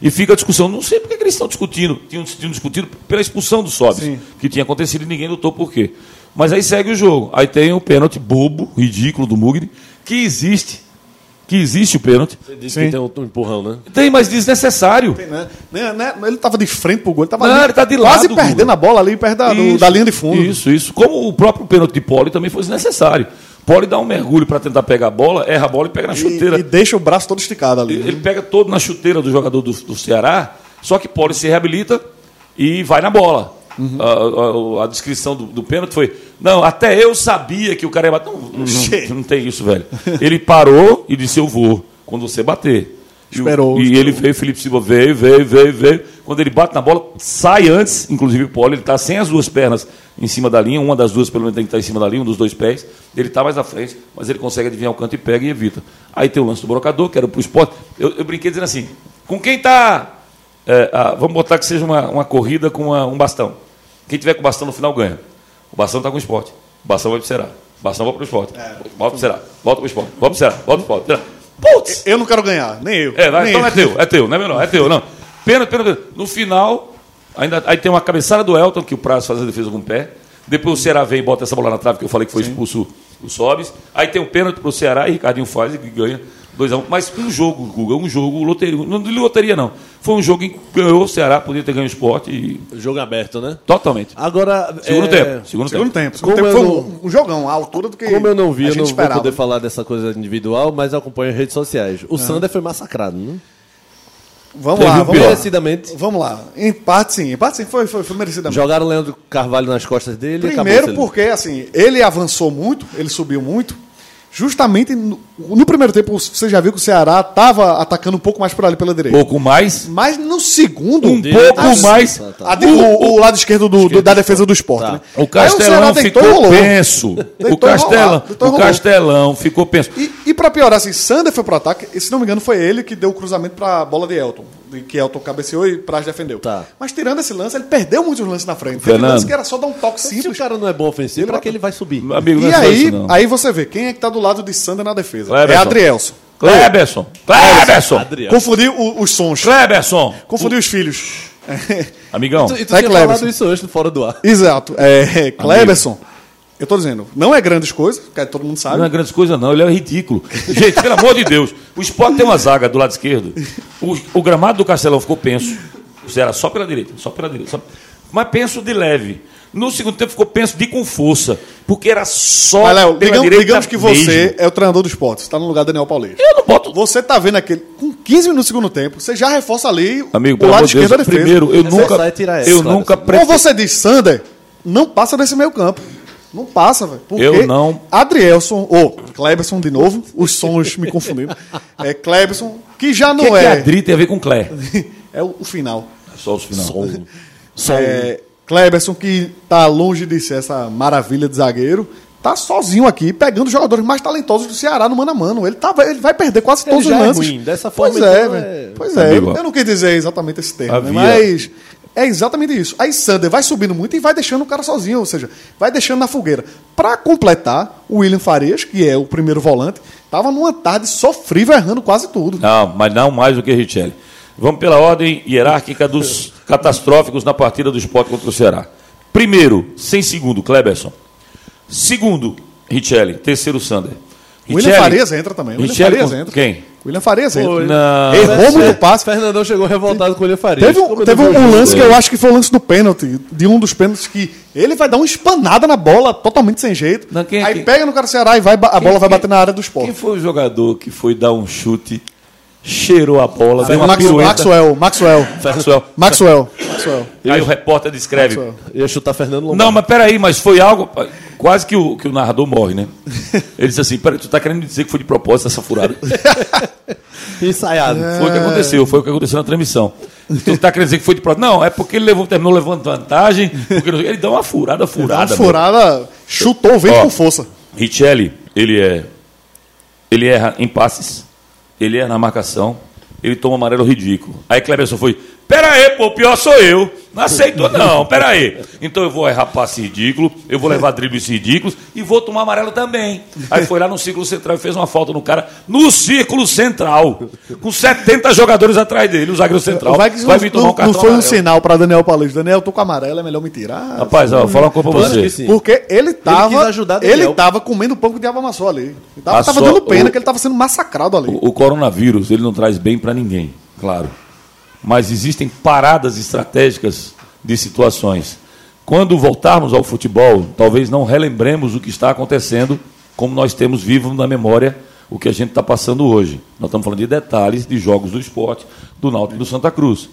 E fica a discussão. Não sei porque que eles estão discutindo. Tinham, tinham discutido pela expulsão do Sobis,
Sim.
que tinha acontecido e ninguém lutou por quê. Mas aí segue o jogo. Aí tem o pênalti bobo, ridículo do Mugni, que existe. Que existe o pênalti.
Ele disse
Sim.
que tem um, um empurrão, né?
Tem, mas desnecessário.
Né? Né, né? Ele tava de frente pro gol, ele tava
Não,
ali,
ele tá de
quase
lado,
perdendo
Guga.
a bola ali perto da, do-
Isso,
da Ah, linha de fundo.
Isso, isso. Como o próprio pênalti de Poli também foi desnecessário. Poli dá um mergulho para tentar pegar a bola, erra a bola e pega na chuteira.
E, e deixa o braço todo esticado ali.
Ele pega todo na chuteira do jogador do, do Ceará, só que Poli se reabilita e vai na bola.
Uhum.
A, a- a descrição do, do pênalti foi: Não, até eu sabia que o cara ia bater. Não, não-
Che.
não tem isso, velho. Ele parou e disse: Eu vou, quando você bater. E o-
Esperou,
E,
esperou.
ele veio, Felipe Silva veio, veio, veio, veio. Quando ele bate na bola, sai antes, inclusive o Poli, ele tá sem as duas pernas em cima da linha, uma das duas pelo menos tem que estar em cima da linha, um dos dois pés. Ele tá mais à frente, mas ele consegue adivinhar o canto e pega e evita. Aí tem o lance do brocador, que era pro esporte. Eu, eu brinquei dizendo assim: com quem tá. é, ah, vamos botar que seja uma, uma corrida com uma- um bastão. Quem tiver com o bastão no final ganha. O bastão tá com o esporte. O bastão vai pro Ceará. O bastão vai pro esporte. Volta pro Ceará. Volta pro esporte. Volta pro Ceará. Volta pro esporte. Putz!
Eu não quero ganhar, nem eu.
É, vai,
nem
então é
eu.
teu, é teu, não é meu não, é teu, não. Pênalti, pênalti. pênalti. No final, ainda, aí tem uma cabeçada do Elton, que o Prazo faz a defesa com o pé. Depois o Ceará vem e bota essa bola na trave, que eu falei que foi expulso o Sobis. Aí tem um pênalti pro Ceará e Ricardinho faz e ganha 2x1. Mas um jogo, Guga, um jogo, loteria. Não de loteria, não. Foi um jogo em que ganhou o Ceará, podia ter ganho o esporte e.
Jogo aberto, né?
Totalmente.
Agora.
Segundo
é,
tempo. Segundo,
Segundo
tempo.
tempo. Segundo
Como
tempo
eu
foi
não-
um, um jogão, a altura do que
Como eu não vi,
a
eu
gente
não vou
esperava. Ah.
poder falar dessa coisa individual, mas eu acompanho as redes sociais. O Sander foi massacrado, né?
Vamos
Teve
lá,
um
vamos lá.
Merecidamente.
Vamos lá. Empate sim, empate sim, foi, foi, foi merecidamente.
Jogaram o Leandro Carvalho nas costas dele e
Primeiro
acabou.
porque, assim, ele avançou muito, ele subiu muito. Justamente no, no primeiro tempo, você já viu que o Ceará estava atacando um pouco mais por ali pela direita.
Pouco mais.
Mas no segundo...
Um
Direito.
pouco mais.
Ah, tá.
a de- o, o lado esquerdo do- do- da defesa do esporte,
Tá.
né?
O
Aí
Castelão
o Ceará deitou e
ficou
rolou.
penso. O
Deitou e
Castelão,
rolou, deitou e
o
rolou.
Castelão ficou penso.
E, e pra piorar, assim, Sander foi pro ataque, e se não me engano, foi ele que deu o cruzamento pra bola de Elton. de Que Elton cabeceou e Praz defendeu.
Tá.
Mas tirando esse lance, ele perdeu muitos lances na frente. Teve
Fernando.
lance que era só dar um toque
Se o
simples.
cara não é bom ofensivo, pra que ele vai subir?
Amigo, não
E
é só
aí,
isso, não.
aí você vê, quem é que tá do lado de Sander na defesa? É
Cleberson.
Adrielson.
Kleberson. Kleberson.
Adriano.
Confundiu o- os sons.
Kleberson.
Confundiu os filhos.
Amigão,
Tu, e tu
É
tinha
Cleverson.
falado isso hoje no Fora do Ar.
Exato. É, Kleberson. Eu tô dizendo, não é grandes coisas, porque todo mundo sabe.
não é grandes coisas, não. Ele é ridículo. Gente, pelo amor de Deus. O Sport tem uma zaga do lado esquerdo. O, o gramado do Castelão ficou penso. Era só pela direita, só pela direita. só- Mas penso de leve. No segundo tempo ficou penso de com força. Porque era só
Mas, Léo,
pela
digamos,
direita
digamos que
mesmo.
você é o treinador do esporte, você tá no lugar do Daniel Paulista.
Eu não boto...
Você tá vendo aquele. Com 15 minutos do segundo tempo, você já reforça ali
Amigo,
o
pelo
lado
amor de
esquerdo
Deus,
da defesa.
primeiro, eu
É
nunca,
só tirar essa, assim.
eu
Cleverson.
nunca
Ou
Ou
preferi-
você diz, Sander, não passa desse meio campo. Não passa, velho. Porque
Eu não-
Adrielson, ou Kleberson de novo, os sons me confundindo. É Kleberson, que já
O que,
não
é que a
é.
Adri tem a ver com Clé?
é o o final.
Só os final.
Só
um.
É, Kleberson, que tá longe de ser essa maravilha de zagueiro, tá sozinho aqui, pegando os jogadores mais talentosos do Ceará no mano a mano. Ele, tá, ele vai perder quase
Ele
todos os
já é
lances.
ruim, dessa forma,
Pois é,
então,
velho.
é-
Pois é.
Amigo,
eu não quis dizer exatamente esse termo, né,
havia-
mas é exatamente isso. Aí Sander vai subindo muito e vai deixando o cara sozinho, ou seja, vai deixando na fogueira. Pra completar, o William Farias, que é o primeiro volante, tava numa tarde sofrível errando quase tudo.
Não, mas não mais do que Richelli. Vamos pela ordem hierárquica dos catastróficos na partida do esporte contra o Ceará. Primeiro, sem segundo, Kleberson. Segundo, Richelli. Terceiro, Sander.
William
Richelli-
Farias entra também. William
Richelli
Farias
com-
entra.
Quem?
William Farias entra.
Foi.
Não.
Errou muito passe.
Ah, é. Fernandão chegou revoltado com o William Farias.
Teve um,
Como eu
teve
não vi
um
o
lance que
jogo.
eu acho que foi o lance do pênalti, de um dos pênaltis que ele vai dar uma espanada na bola, totalmente sem jeito.
Não, quem- é
aí
quem-
pega no cara do Ceará e vai, ba- a bola vai bater na área do
é Quem
esporte.
foi o jogador que foi dar um chute, cheirou a bola, deu uma
Max-
pirueta?
Maxwell, Maxwell.
Maxwell.
Maxwell. Maxwell.
Aí o repórter descreve.
Maxwell.
Ia chutar Fernando Lombardi.
Não, mas peraí, mas foi algo. Quase que o, que o narrador morre, né? Ele disse assim: peraí, tu tá querendo me dizer que foi de propósito essa furada?
Ensaiado.
Foi o que aconteceu, foi o que aconteceu na transmissão. Tu tá querendo dizer que foi de propósito? Não, é porque ele levou, terminou levando vantagem, porque não sei o quê. ele deu uma furada,
Dá uma
furada. meu.
furada, chutou o vento
Ó.
com força.
Richelli, ele é. Ele erra em passes, ele erra na marcação, ele toma amarelo ridículo. Aí Cleberson foi. Pera aí, pô, o pior sou eu. Não aceitou, não, pera aí. Então eu vou errar passe ridículo, eu vou levar dribles ridículos e vou tomar amarelo também. Aí foi lá no círculo central e fez uma falta no cara no círculo central. Com 70 jogadores atrás dele, o zagueiro central.
Vai que
vir
não,
tomar um
não,
cartão
foi um
amarelo.
sinal pra Daniel Paulista. Daniel, eu tô com amarelo, é melhor me tirar.
Rapaz, ó, vou falar uma coisa pra
Claro que
você.
sim.
Porque ele tava.
quis ajudar
ele
Daniel.
tava comendo um pouco de abamaçol ali. Ele tava,
Passou
tava dando pena
o-
que ele tava sendo massacrado ali.
O, o coronavírus ele não traz bem para ninguém, claro. Mas existem paradas estratégicas de situações. Quando voltarmos ao futebol, talvez não relembremos o que está acontecendo, como nós temos vivo na memória o que a gente está passando hoje. Nós estamos falando de detalhes de jogos do esporte, do Náutico e do Santa Cruz.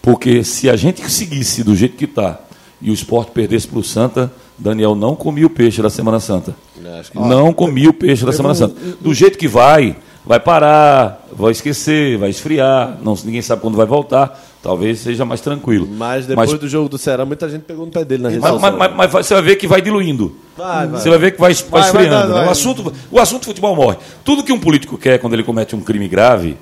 Porque se a gente seguisse do jeito que está e o esporte perdesse para o Santa, Daniel não comia o peixe da Semana Santa. Não comia o peixe da Semana Santa. Do jeito que vai, vai parar, vai esquecer, vai esfriar, não, ninguém sabe quando vai voltar. Talvez seja mais tranquilo.
Mas depois do jogo do Ceará, muita gente pegou no pé dele na rede
Mas,
social.
mas- mas- mas vai- você vai ver que vai diluindo.
Vai, vai.
Você vai ver que vai, vai
Vai, vai
esfriando.
dando,
né? O,
vai.
assunto, o assunto futebol morre. Tudo que um político quer quando ele comete um crime grave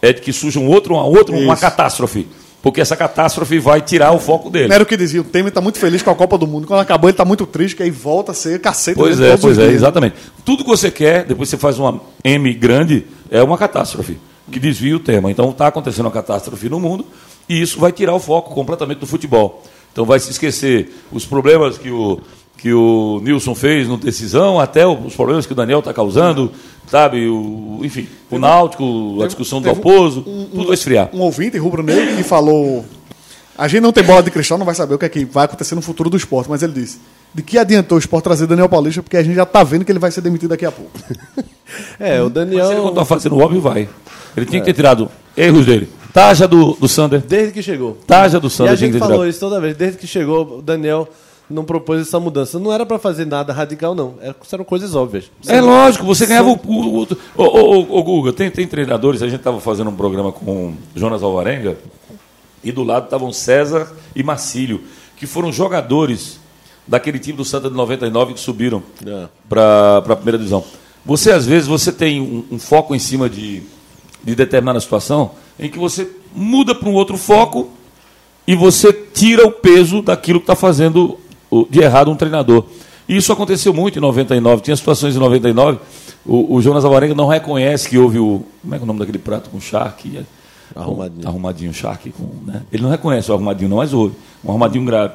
é de que surja um outro, uma, outra, uma
Isso.
catástrofe. Porque essa catástrofe vai tirar o foco dele.
Era o que dizia, o Temer tá muito feliz com a Copa do Mundo. Quando acabou, ele tá muito triste, que aí volta a ser cacete.
Pois
dele
é,
todos
pois
os
é,
dias.
exatamente. Tudo que você quer, depois você faz uma M grande, é uma catástrofe, que desvia o tema. Então está acontecendo uma catástrofe no mundo e isso vai tirar o foco completamente do futebol. Então vai se esquecer os problemas que o, que o Nilson fez no decisão, até os problemas que o Daniel está causando, sabe? O, enfim, o Náutico, a discussão do
teve
Alpozo, tudo vai esfriar.
Um ouvinte rubro-negro que falou: A gente não tem bola de cristal, não vai saber o que é que vai acontecer no futuro do esporte. Mas ele disse: De que adiantou o esporte trazer Daniel Paulista? Porque a gente já tá vendo que ele vai ser demitido daqui a pouco.
É, o
Se ele
Daniel,
continuar fazendo o óbvio, vai. Ele tinha que
É.
ter tirado erros dele. Taja do, do Sander.
desde que chegou.
Taja do
E
Sander
a
tinha
gente
que ter
falou
tirado.
isso toda vez. Desde que chegou, o Daniel não propôs essa mudança. Não era pra fazer nada radical, não. Era- Eram coisas óbvias.
É lógico, você ganhava o. o, o, o, o, o Guga, tem, tem treinadores, a gente estava fazendo um programa com o Jonas Alvarenga, e do lado estavam César e Marcílio, que foram jogadores daquele time do Santa de 99 que subiram
É.
para a primeira divisão. Você, às vezes, você tem um, um foco em cima de, de determinada situação em que você muda para um outro foco e você tira o peso daquilo que está fazendo o- de errado um treinador. E isso aconteceu muito em 99. Tinha situações em 99. O, o Jonas Alvarenga não reconhece que houve o. Como é que é o nome daquele prato com charque?
Arrumadinho.
Um, arrumadinho, Shark. com, né? Ele não reconhece o arrumadinho, não, mas ouve. Um arrumadinho grave.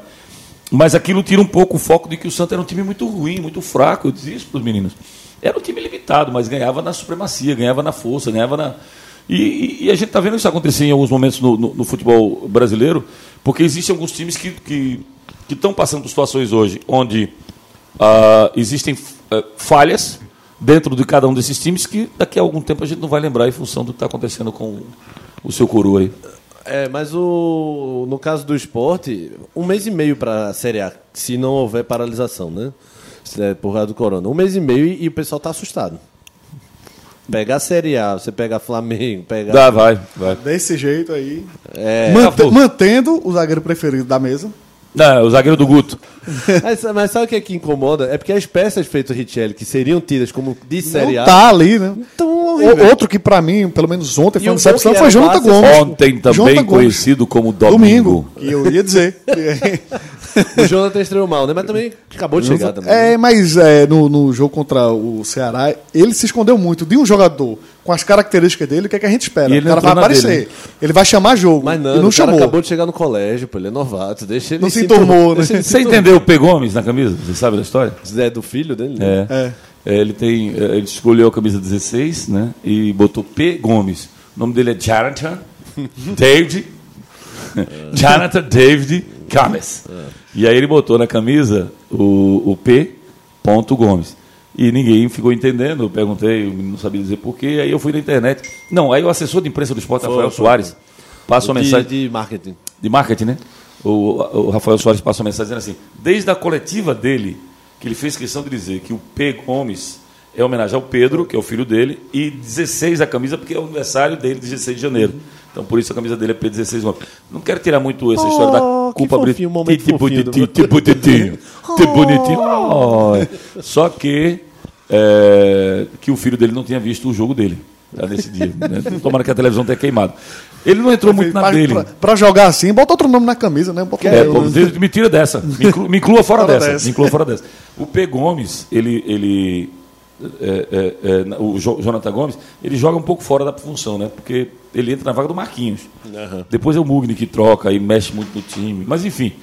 Mas aquilo tira um pouco o foco de que o Santa era um time muito ruim, muito fraco. Eu dizia isso para os meninos. Era um time limitado, mas ganhava na supremacia, ganhava na força, ganhava na. E, e- e a gente está vendo isso acontecer em alguns momentos no, no- no futebol brasileiro, porque existem alguns times que estão que, estão passando por situações hoje onde ah, existem ah, falhas dentro de cada um desses times que daqui a algum tempo a gente não vai lembrar em função do que está acontecendo com o seu coroa aí.
É, mas o no caso do esporte, um mês e meio para a Série A, se não houver paralisação, né? Se é por causa do corona. Um mês e meio e, e o pessoal tá assustado. Pegar a Série A, você pega Flamengo, pegar
Dá, vai, vai.
Desse jeito aí.
É,
Mante-
acabou.
mantendo o zagueiro preferido da mesa.
Não, é o zagueiro do Guto.
mas, mas sabe o que, é que incomoda? É porque as peças feitas Richelli, que seriam tidas como de Série
não
A,
tá ali, né?
tão
O-
Então, horrível.
outro que pra mim, pelo menos ontem,
E
foi uma
o
decepção,
gol que
foi
era
Jonathan
fácil-
Gomes.
Ontem também
Jonathan Gomes.
conhecido como Domingo.
Domingo. E eu ia dizer.
O Jonathan estreou mal, né? Mas também acabou de chegar também. né?
né?
é, mas é, no, no jogo contra o Ceará, ele se escondeu muito de um jogador com as características dele. O que, é que a gente espera?
E
O
ele
cara vai
entrou na dele, né?
aparecer. Ele vai chamar jogo.
Mas não,
e não
o cara
chamou.
acabou de chegar no colégio, pô, ele é novato, deixa ele
Não se
enturmar,
enturmou, né?
deixa ele se
Você entendeu o P. Gomes na camisa? Você sabe da história?
enturmar. É do filho dele? né?
É.
É.
É, ele tem, é, ele escolheu a camisa 16, né? E botou P Gomes. O nome dele é Jonathan David.
É.
Jonathan David Gomes. E aí ele botou na camisa o, o P. Ponto Gomes. E ninguém ficou entendendo. Eu perguntei, eu não sabia dizer porquê. Aí eu fui na internet. Não, aí o assessor de imprensa do esporte, Rafael
foi.
Soares, passa uma
de,
mensagem
de marketing.
de marketing, né? O, o Rafael Soares passou uma mensagem dizendo assim: desde a coletiva dele, que ele fez questão de dizer que o P. Gomes é homenagem ao Pedro, que é o filho dele, e 16 a camisa, porque é o aniversário dele, 16 de janeiro. Então, por isso a camisa dele é P16 Gomes. Não quero tirar muito essa história da
Oh, que
culpa
fofinho, um momento
Que
fofinho do-
bonitinho, que bonitinho, que bonitinho. Oh. Só que, é, que o filho dele não tinha visto o jogo dele. tá, Nesse dia. Né? Tomara que a televisão tenha queimado. Ele não entrou muito na
pra,
dele.
pra- pra jogar assim, bota outro nome na camisa, né? Bota
É,
outro
pô,
nome.
me- me tira dessa. Me inclu- me inclua, fora,
Fora
dessa.
dessa.
Me inclua fora dessa. O P. Gomes, ele. ele é, é, é, na- o Jo- Jonathan Gomes, ele joga um pouco fora da função, né? Porque ele entra na vaga do Marquinhos. Depois é o Mugni que troca e mexe muito no time. Mas enfim,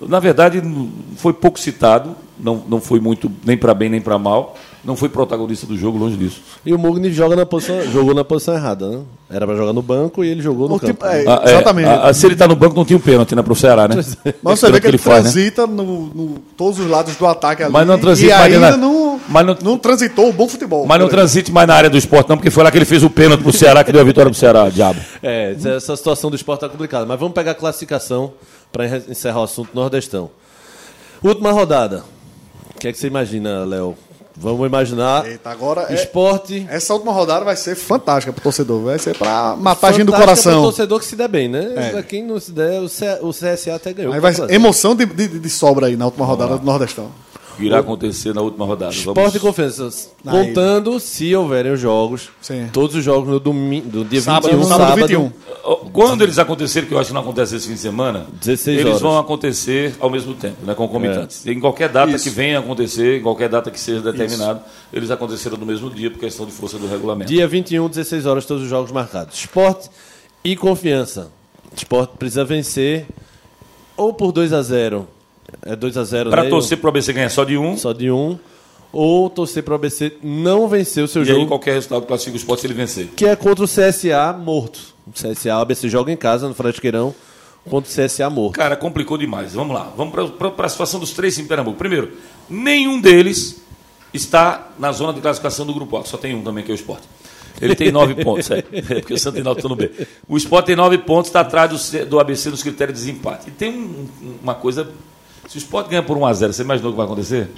na verdade n- foi pouco citado, não, não foi muito nem para bem nem para mal. Não foi protagonista do jogo, longe disso.
E o Mugni joga na posição, jogou na posição errada, né? Era pra jogar no banco e ele jogou no
O
campo.
tipo- é,
Ah, é,
exatamente.
ah, ah, se ele tá no banco, não tinha o pênalti, né? Pro Ceará, né?
Mas você vê que ele,
faz, né?
transita no, no- todos os lados do ataque ali.
Mas não
e
transita mais
ainda
nada.
não,
Mas não-
não transitou o bom futebol.
Mas não transite mais na área do esporte, não, porque foi lá que ele fez o pênalti pro Ceará, que deu a vitória pro Ceará, diabo.
É, essa situação do esporte tá complicada. Mas vamos pegar a classificação pra enre- encerrar o assunto nordestão. Última rodada. O que é que você imagina, Léo? Vamos imaginar.
Eita, agora é-
Esporte.
Essa última rodada vai ser fantástica pro torcedor. Vai ser pra matagem do
Fantástica pro
coração.
é um torcedor que se der bem, né?
É.
Pra Quem não se der, o C- o CSA até ganhou.
Aí vai
Tá
ser
claro.
emoção de, de- de sobra aí na última rodada do Nordestão.
O que irá acontecer na última rodada.
Esporte e confiança.
Na
Contando se houverem os jogos.
Sim.
Todos os jogos no domingo, do dia
Sábado,
21,
sábado,
sábado,
21.
Quando eles acontecerem, que eu acho que não acontece esse fim de semana,
16
eles
horas. É.
vão acontecer ao mesmo tempo, né, concomitantes. Em qualquer data
Isso.
que venha a acontecer, em qualquer data que seja determinada, eles aconteceram no mesmo dia por questão de força do regulamento.
Dia 21, 16 horas, todos os jogos marcados. Esporte e confiança. Esporte precisa vencer ou por 2 a 0 É 2 a 0
Para
né?
torcer para o ABC ganhar só de um,
Só de um. Ou torcer para o ABC não vencer o seu
e
jogo,
aí qualquer resultado classifica o esporte se ele vencer.
que é contra o CSA morto. O CSA, o ABC joga em casa, no Frasqueirão, contra o CSA morto.
Cara, complicou demais. Vamos lá. Vamos para a situação dos três em Pernambuco. Primeiro, nenhum deles está na zona de classificação do grupo A. Só tem um também, que é o Sport. Ele tem nove pontos, é. É Porque o Santa e Náutico estão no B. O Sport tem nove pontos, está atrás do, C- do ABC nos critérios de desempate. E tem um- um- uma coisa. Se o Sport ganha por 1 a 0 você imaginou o que vai acontecer?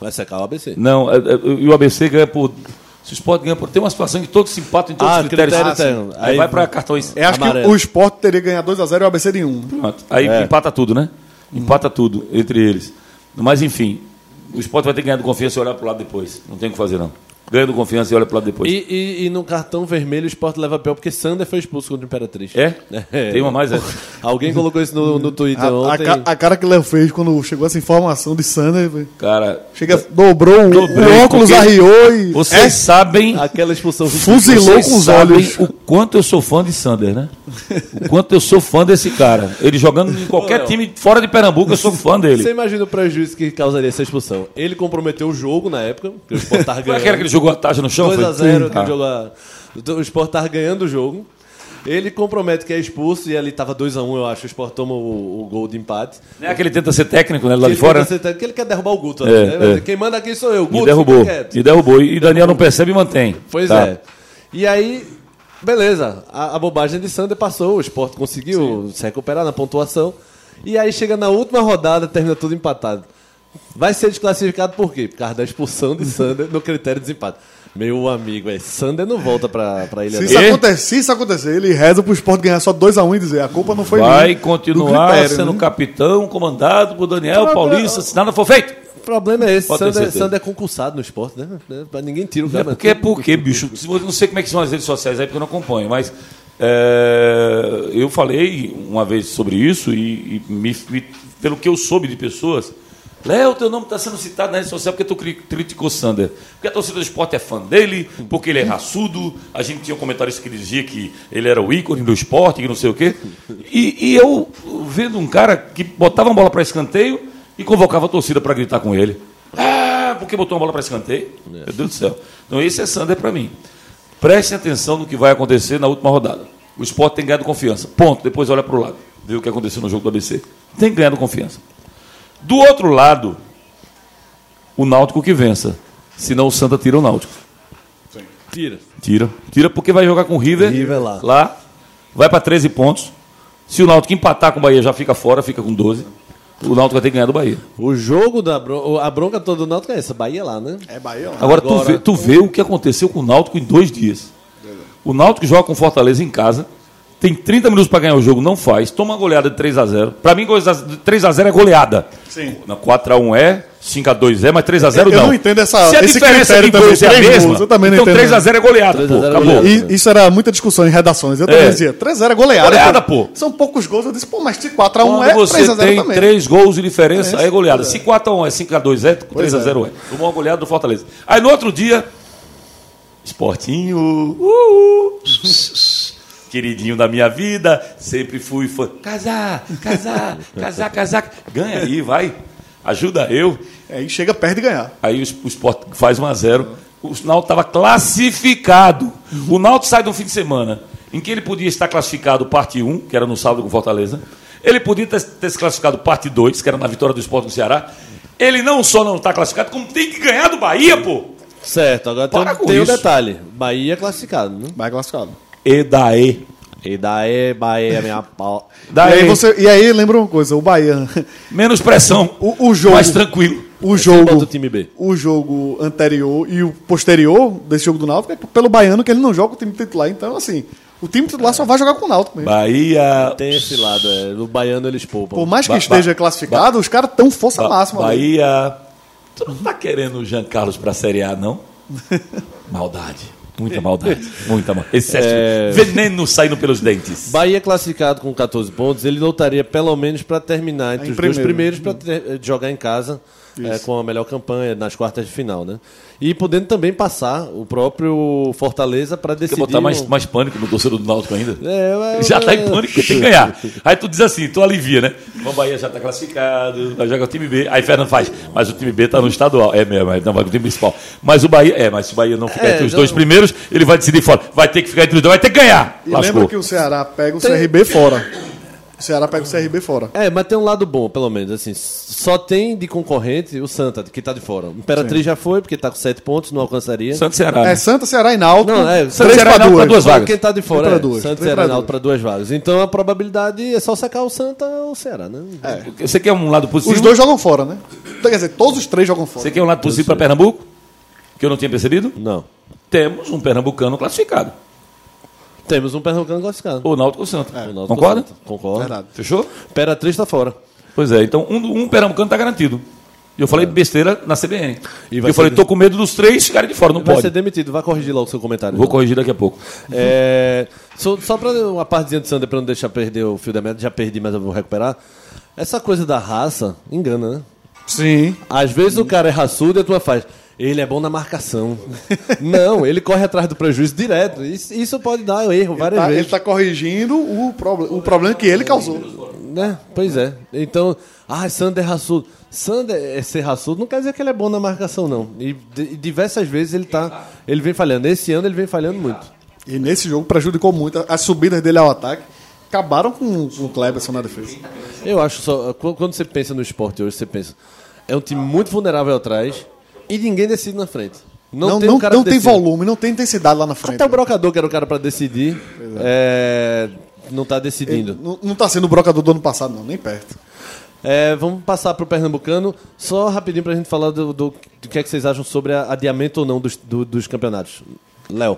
Vai secar o ABC.
Não, é- é- e o ABC ganha por. Se o Sport ganha por. Tem uma situação que todos se empatam em todos
Ah,
os critérios.
critério
Ah,
tem.
sim. aí,
Aí é
vai para cartões.
Eu É, acho
Amarelo.
que o esporte teria ganhado 2x0 e o ABC de 1.
Pronto. Aí
É.
empata tudo, né? Empata tudo entre eles. Mas enfim, o esporte vai ter que ganhar do confiança e olhar pro lado depois. Não tem o que fazer, não. ganhando confiança e olha para lado depois.
E, e, e no cartão vermelho o esporte leva a pior, porque Sander foi expulso contra o Imperatriz.
É? Tem uma mais, é.
Alguém colocou isso no, no Twitter
A, a
Então,
ontem.
ca- a cara que Léo fez quando chegou essa informação de Sander, foi-
Cara,
chega, dobrou o-
Dobrei,
o óculos,
porque-
arriou e.
vocês sabem.
Aquela expulsão ridícula.
É? fuzilou
Vocês
com os
sabem
olhos.
o quanto eu sou fã de Sander, né? O quanto eu sou fã desse cara. Ele jogando em qualquer
Léo.
time fora de Pernambuco, eu sou fã
Você
dele.
imagina o prejuízo que causaria essa expulsão? Ele comprometeu o jogo na época, porque o Sport tava
Como é que era que ele
ganhando.
jogou a taxa no chão? Foi?
2x0,
Ah.
aquele jogo lá. Então, o Sport tava ganhando o jogo. Ele compromete que é expulso e ali tava 2x1, eu acho. O Sport toma o, o gol de empate.
Não é aquele que tenta ser técnico, né? Lá de
Ele
fora.
tenta acertar, Porque ele quer derrubar o Guto.
É,
né? Mas
é.
Quem manda aqui sou eu. Guto,
E derrubou.
fica quieto.
E derrubou. E Daniel não percebe e mantém.
Pois
Tá.
é. E aí, beleza. A, a bobagem de Sander passou, o Sport conseguiu se recuperar na pontuação. E aí chega na última rodada, termina tudo empatado. Vai ser desclassificado por quê? Por causa da expulsão de Sander no critério de desempate. Meu amigo, é, Sander não volta pra, pra ilha
Se
dele.
isso,
E-
acontecer, se isso acontecer, ele reza pro esporte ganhar só 2x1 e dizer: a culpa não foi
Vai
minha", do
continuar
critério,
sendo
né? Então,
capitão, comandado por Daniel
Tá,
Paulista, se nada for feito.
O problema é esse,
Pode ter
Sander,
certeza.
Sander é concursado no esporte, né? Pra Ninguém tira o cara.
É porque, é porque, bicho, se você- não sei como é que são as redes sociais aí, porque eu não acompanho, mas é, eu falei uma vez sobre isso e, e me- me- pelo que eu soube de pessoas, Léo, teu nome está sendo citado na rede social porque tu cri- criticou Sander. Porque a torcida do esporte é fã dele, porque ele é raçudo, a gente tinha um comentarista que dizia que ele era o ícone do esporte, que não sei o quê. E, e eu vendo um cara que botava uma bola para escanteio e convocava a torcida para gritar com ele. Ah, porque botou uma bola para escanteio?
É.
Meu Deus do céu. Então esse é Sander para mim. Prestem atenção no que vai acontecer na última rodada. O esporte tem ganhado confiança. Ponto. Depois olha para o lado. Vê o que aconteceu no jogo do ABC. Tem ganhado confiança. Do outro lado, o Náutico que vença. Senão o Santa tira o Náutico.
Tira.
Tira. Tira porque vai jogar com o River.
River lá.
Vai para 13 pontos. Se o Náutico empatar com o Bahia já fica fora, fica com 12. O Náutico vai ter que ganhar do Bahia.
O jogo da bronca, a bronca toda do Náutico é essa, Bahia lá, né?
É Bahia, ó.
Agora, tu,
Agora-
vê, tu vê o que aconteceu com o Náutico em dois dias. O Náutico joga com o Fortaleza em casa, tem 30 minutos para ganhar o jogo, não faz, toma uma goleada de 3x0. Para mim, 3x0 é goleada.
Sim.
Não, 4x1 é, 5x2 é, mas 3x0 não.
Eu não entendo essa-
Se a
esse
diferença de
critério
gols é a
também, três
mesma,
gols, eu também não
então
entendo,
3x0 é goleada,
3
pô,
a 0 é
acabou.
goleada.
E isso era muita discussão em redações. Eu também
É.
dizia: 3x0 é goleada.
Goleada, pô.
São poucos gols. Eu disse: pô, mas 4x1
Quando
é
você
3x0
tem
também.
um três gols de diferença, é goleada. Se 4x1 é 5x2 é, 3x0 é. Tomou uma goleada do Fortaleza. Aí no outro dia, esportinho, uhul, uh, queridinho da minha vida, sempre fui fã. Casar, casar, casar, casar. Ganha aí, vai. Ajuda eu.
Aí É, chega perto de ganhar.
Aí o es- o Sport faz 1 a 0 O Náutico estava classificado. O Náutico sai de um fim de semana em que ele podia estar classificado parte 1, que era no sábado com Fortaleza. Ele podia ter, ter se classificado parte 2, que era na vitória do Sport no Ceará. Ele não só não está classificado, como tem que ganhar do Bahia, pô!
Certo, agora tem,
Para
um-
com
tem um
isso.
detalhe. Bahia é classificado, né?
Bahia classificado.
E daí?
E daí, Bahia, é minha pau.
E
Daí,
aí, você, e aí lembra uma coisa: o Bahia.
menos pressão,
O, o jogo.
mais tranquilo.
O
Bota o
jogo.
time B.
O jogo anterior e o posterior desse jogo do Náutico é pelo baiano que ele não joga o time titular. Então, assim, o time titular só vai jogar com o Náutico mesmo.
Bahia.
Tem esse lado, é. O baiano eles poupam.
Por mais que
Ba-
esteja
ba-
classificado, os caras estão força
Ba-
máxima. Tá ali.
Bahia. Tu não tá querendo o Jean Carlos pra Série A, não? Maldade. Muita maldade. Muita maldade. Excesso.
É.
Veneno saindo pelos dentes.
Bahia é classificado com 14 pontos, ele lutaria pelo menos para terminar entre
Em
os dois primeiros
primeiro. Uhum.
para jogar em casa é, com a melhor campanha nas quartas de final, né? E podendo também passar o próprio Fortaleza para
Quer
decidir.
botar mais,
um-
mais pânico no torcedor do Náutico ainda?
É,
Ele
eu-
já tá em pânico porque tem que ganhar. Aí tu diz assim, tu alivia, né? O Bahia já tá classificado, vai jogar o time B. Aí Fernando faz, mas o time B tá no estadual. É mesmo, aí não vai com o time principal. Mas o Bahia, é, mas se o Bahia não ficar
É,
entre os
não-
dois primeiros, ele vai decidir fora. Vai ter que ficar entre os dois, vai ter que ganhar.
E
Lascou.
lembra que o Ceará pega o
Tem-
CRB fora. O Ceará pega o CRB fora.
É, mas tem um lado bom, pelo menos. Assim, só tem de concorrente o Santa, que tá de fora. O Imperatriz já foi, porque tá com 7 pontos, não alcançaria.
Santos e Ceará. né?
É Santa, Ceará e Náutico.
Não, é,
três
Santa e
Ceará e
pra
Náutico pra
duas.
duas
Só
vagas.
Quem tá de fora,
Três pra
é.
duas,
Santos
três
e
pra
Arenaldo
duas.
para duas vagas. Então a probabilidade é só sacar o Santa ou o Ceará, né?
É.
Você quer um lado positivo?
Os dois jogam fora, né? Quer dizer, todos os três jogam fora.
Você quer um lado positivo para Pernambuco? Que eu não tinha percebido?
Não.
Temos um pernambucano classificado.
Temos um Pernambucano classificado.
O Náutico ou Santa.
É, O Náutico
Concorda?
Santa. Concordo.
Verdade.
Fechou?
Imperatriz tá fora.
Pois é, então um, do- um pernambucano está garantido. E eu falei besteira na CBN.
E
E
vai
eu falei,
ser-
tô com medo dos três ficarem de fora, não
Vai
pode.
ser demitido, vai corrigir logo o seu comentário.
Vou
então.
corrigir daqui a pouco.
É, só só para uma partezinha de Sander, pra não deixar perder o fio da merda, já perdi, mas eu vou recuperar. Essa coisa da raça engana, né?
Sim.
Às vezes o cara é raçudo e a tua faz. Ele é bom na marcação. não, ele corre atrás do prejuízo direto. Isso, isso pode dar erro várias
Tá, ele
vezes.
está corrigindo o, proble- o problema que ele causou.
Né? Pois é. Então, ah, Sander é raçudo. Sander é ser raçudo não quer dizer que ele é bom na marcação, não. E di- diversas vezes ele tá. Ele vem falhando. Esse ano ele vem falhando muito.
E nesse jogo prejudicou muito. As subidas dele ao ataque acabaram com, com o Cleberson na defesa.
Eu acho só. eh, qu- Quando você pensa no esporte hoje, você pensa. É um time muito vulnerável atrás e ninguém decide na frente. Não,
Não, não
tem
tem,
um cara
não
que
tem
decida.
volume, não tem intensidade lá na frente.
Até o brocador, que era o cara pra decidir, é, não tá decidindo.
não, não tá sendo o brocador do ano passado, não, nem perto.
É, vamos passar pro Pernambucano, só rapidinho pra gente falar do, do, do que é que vocês acham sobre a- adiamento ou não dos, do- dos campeonatos. Léo,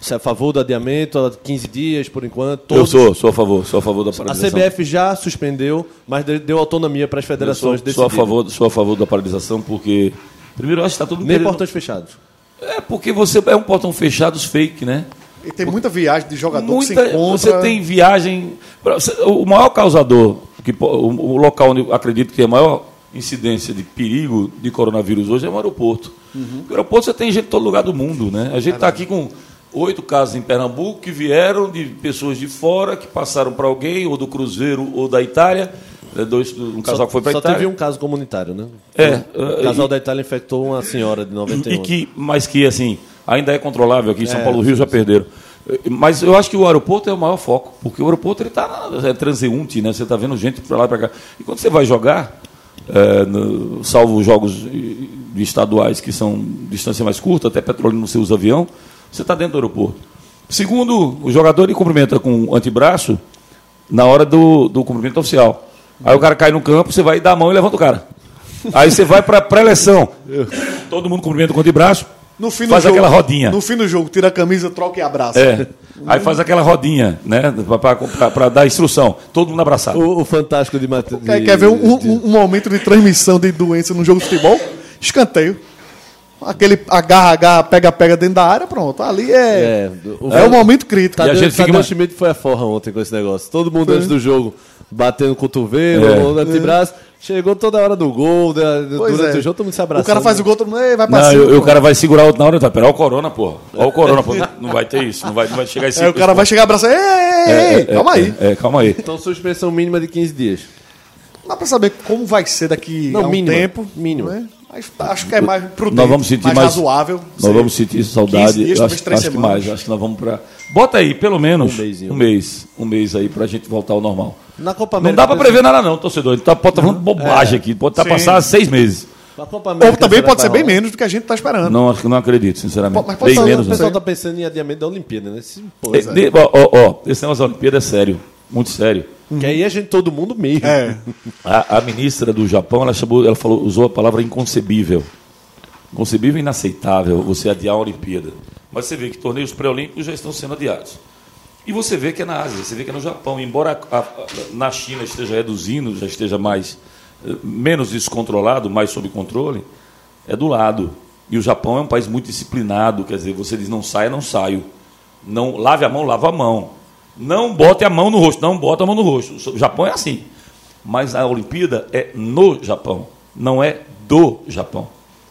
você é a favor do adiamento? há 15 dias por enquanto?
Eu
Todos-
sou, sou a favor, sou a favor da
A
paralisação.
CBF já suspendeu, mas de- deu autonomia para as
Eu sou,
federações
sou, a
decidirem.
favor, sou a favor da paralisação porque, primeiro, eu acho que está todo mundo
Nem
querendo-
portões fechados.
É porque você é um portão fechado os fake, né?
E tem muita viagem de jogador que se
Muita,
encontra.
você tem viagem. pra- você- O maior causador, que, po- o, o local onde eu acredito que tem a maior incidência de perigo de coronavírus hoje é o aeroporto.
Uhum.
Porque O aeroporto você tem gente de todo lugar do mundo, né? A gente está aqui com oito casos em Pernambuco que vieram de pessoas de fora que passaram para alguém, ou do Cruzeiro ou da Itália. né, Dois, um casal
só
que foi para
só
Itália.
teve um caso comunitário, né?
É,
O
eh,
casal
e-
da Itália infectou uma senhora de 91.
E que, mas que, assim, ainda é controlável aqui. São
É,
Paulo e Rio já perderam. Mas eu acho que o aeroporto é o maior foco, porque o aeroporto ele tá na- é transeunte, né? Você está vendo gente para lá e para cá. E quando você vai jogar, é, no- salvo os jogos eh, estaduais que são distância mais curta, até petróleo não se usa avião, você está dentro do aeroporto. Segundo, o jogador ele cumprimenta com o antebraço na hora do, do cumprimento oficial. Aí o cara cai no campo, você vai dar a mão e levanta o cara. Aí você vai para a pré-eleção. Todo mundo cumprimenta com o antebraço.
No fim do
faz
jogo,
aquela rodinha.
No fim do jogo, tira a camisa, troca e abraça.
É. Aí faz aquela rodinha, né? Para dar instrução. Todo mundo abraçado.
O, o fantástico de Matheus.
Quer, quer ver um, um- um aumento de transmissão de doença num jogo de futebol? Escanteio. Aquele agarra, agarra, pega, pega dentro da área, pronto. Ali é.
É, o-
É, um momento crítico.
Tadeu,
E a gente fica
Tadeu
ima-
Schmidt foi a forra ontem com esse negócio. Todo mundo antes do jogo batendo cotovelo,
É.
rolando antebraço. Chegou toda hora do gol, da-
Pois
durante
é.
o jogo, todo mundo se abraçando. né?
O cara faz o gol, todo mundo "Ei, vai pra
né? Não,
cima",
eu- eu- o
pronto.
cara vai segurar o outro na hora e vai, pera, olha o corona, porra. Olha o corona, porra. Não vai ter isso, não vai, não vai chegar esse
Aí o cara vai chegar e abraçar. Ei, ei, ei, ei, calma aí.
É, é, calma aí.
Então, suspensão mínima de 15 dias.
Não dá pra saber como vai ser daqui
Não,
a um
mínima,
tempo.
mínima.
né? Mas tá- acho que é mais prudente,
Nós vamos sentir mais,
razoável.
Nós vamos sentir saudade.
15 dias,
eu
talvez
acho,
três
acho que
semanas.
mais. Acho que nós vamos para. Bota aí, pelo menos
Um mêsinho.
um mês, um mês aí pra gente voltar ao normal.
Na Copa
Não
América.
dá pra prever nada, não, torcedor. Ele tá, pode tá
É.
falando bobagem aqui. Pode tá
Sim.
passar seis meses.
Na Copa
Ou
América
também
será
pode
que
ser
vai
bem
rolar?
menos do que a gente tá esperando.
Não, acho que não acredito, sinceramente.
Pô, mas pode
Bem
falar,
menos,
O
não
né?
pessoal
sei.
tá pensando em adiamento da Olimpíada, né? Esse, pô,
É, de- Ó, ó, ó, esse negócio da Olimpíada é sério. Muito sério.
Que aí a gente, todo mundo mesmo.
É.
A, a ministra do Japão, ela chamou, ela falou, usou a palavra inconcebível. Inconcebível e inaceitável você adiar a Olimpíada. Mas você vê que torneios pré-olímpicos já estão sendo adiados. E você vê que é na Ásia, você vê que é no Japão. Embora a- a- na China esteja reduzindo, já esteja mais eh, menos descontrolado, mais sob controle, é do lado. E o Japão é um país muito disciplinado, quer dizer, você diz não saia, não saio. Não lave a mão, lava a mão. Não bote a mão no rosto, não bota a mão no rosto. O Japão é assim. Mas a Olimpíada é no Japão, não é do Japão.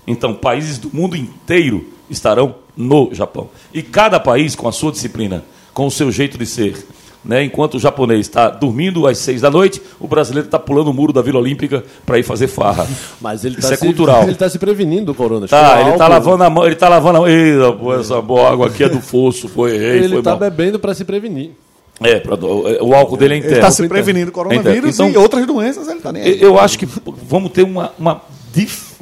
Então, países do mundo inteiro estarão no Japão. E cada país com a sua disciplina, com o seu jeito de ser. Né? Enquanto o japonês está dormindo às seis da noite, o brasileiro está pulando o muro da Vila Olímpica para ir fazer farra.
Mas ele tá
Isso é
se,
cultural.
Ele tá se prevenindo do corona.
Tá, ele tá
álcool,
lavando a mão, ele tá lavando a mão. Eita, pô, essa boa água aqui é do fosso, foi errei,
Ele
foi
tá
mal.
bebendo para se prevenir.
É, pra- o o álcool dele é
Ele
interno.
está se prevenindo do coronavírus
Então-
e outras doenças, ele tá nem aí.
Eu eu acho que vamos ter uma, uma dif-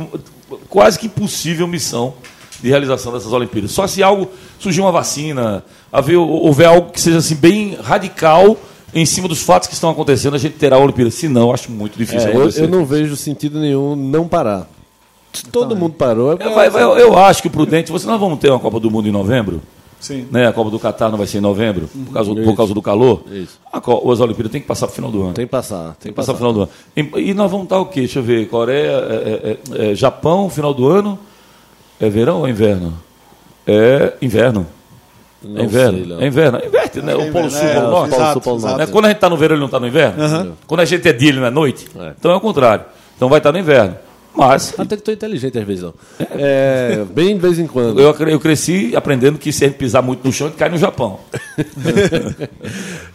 quase que impossível missão de realização dessas Olimpíadas. Só se algo surgir uma vacina, haver, houver algo que seja assim bem radical em cima dos fatos que estão acontecendo, a gente terá a Olimpíada. Se não, eu acho muito difícil
É, eu,
acontecer.
eu não vejo sentido nenhum não parar. Todo mundo parou. é
Eu, vai- vai- eu acho que o prudente. Você, nós vamos ter uma Copa do Mundo em novembro?
Sim.
Né? A Copa do Catar não vai ser em novembro, por causa, por causa do calor.
Isso.
A Co- As Olimpíadas tem que passar para o final do ano.
Tem que passar. Tem que
Passar
passar.
o final do ano. E, e nós vamos estar o quê? Deixa eu ver. Coreia, é, é, é, é, Japão, final do ano. É verão ou inverno? É inverno.
Não
é inverno.
sei, Léo.
é inverno. Inverte, né? O Polo Sul,
É,
Polo
Polo
Norte.
Sul,
exato,
Polo
exato.
Norte.
Né? Quando a gente está no verão, ele não está no inverno. Quando a gente é dia, ele não é noite.
É.
Então é o contrário. Então vai estar no inverno. Mas
Até que tô inteligente às vezes, não. É, bem de vez em quando.
eu, acre- eu cresci aprendendo que se a gente pisar muito no chão, a gente cai no Japão.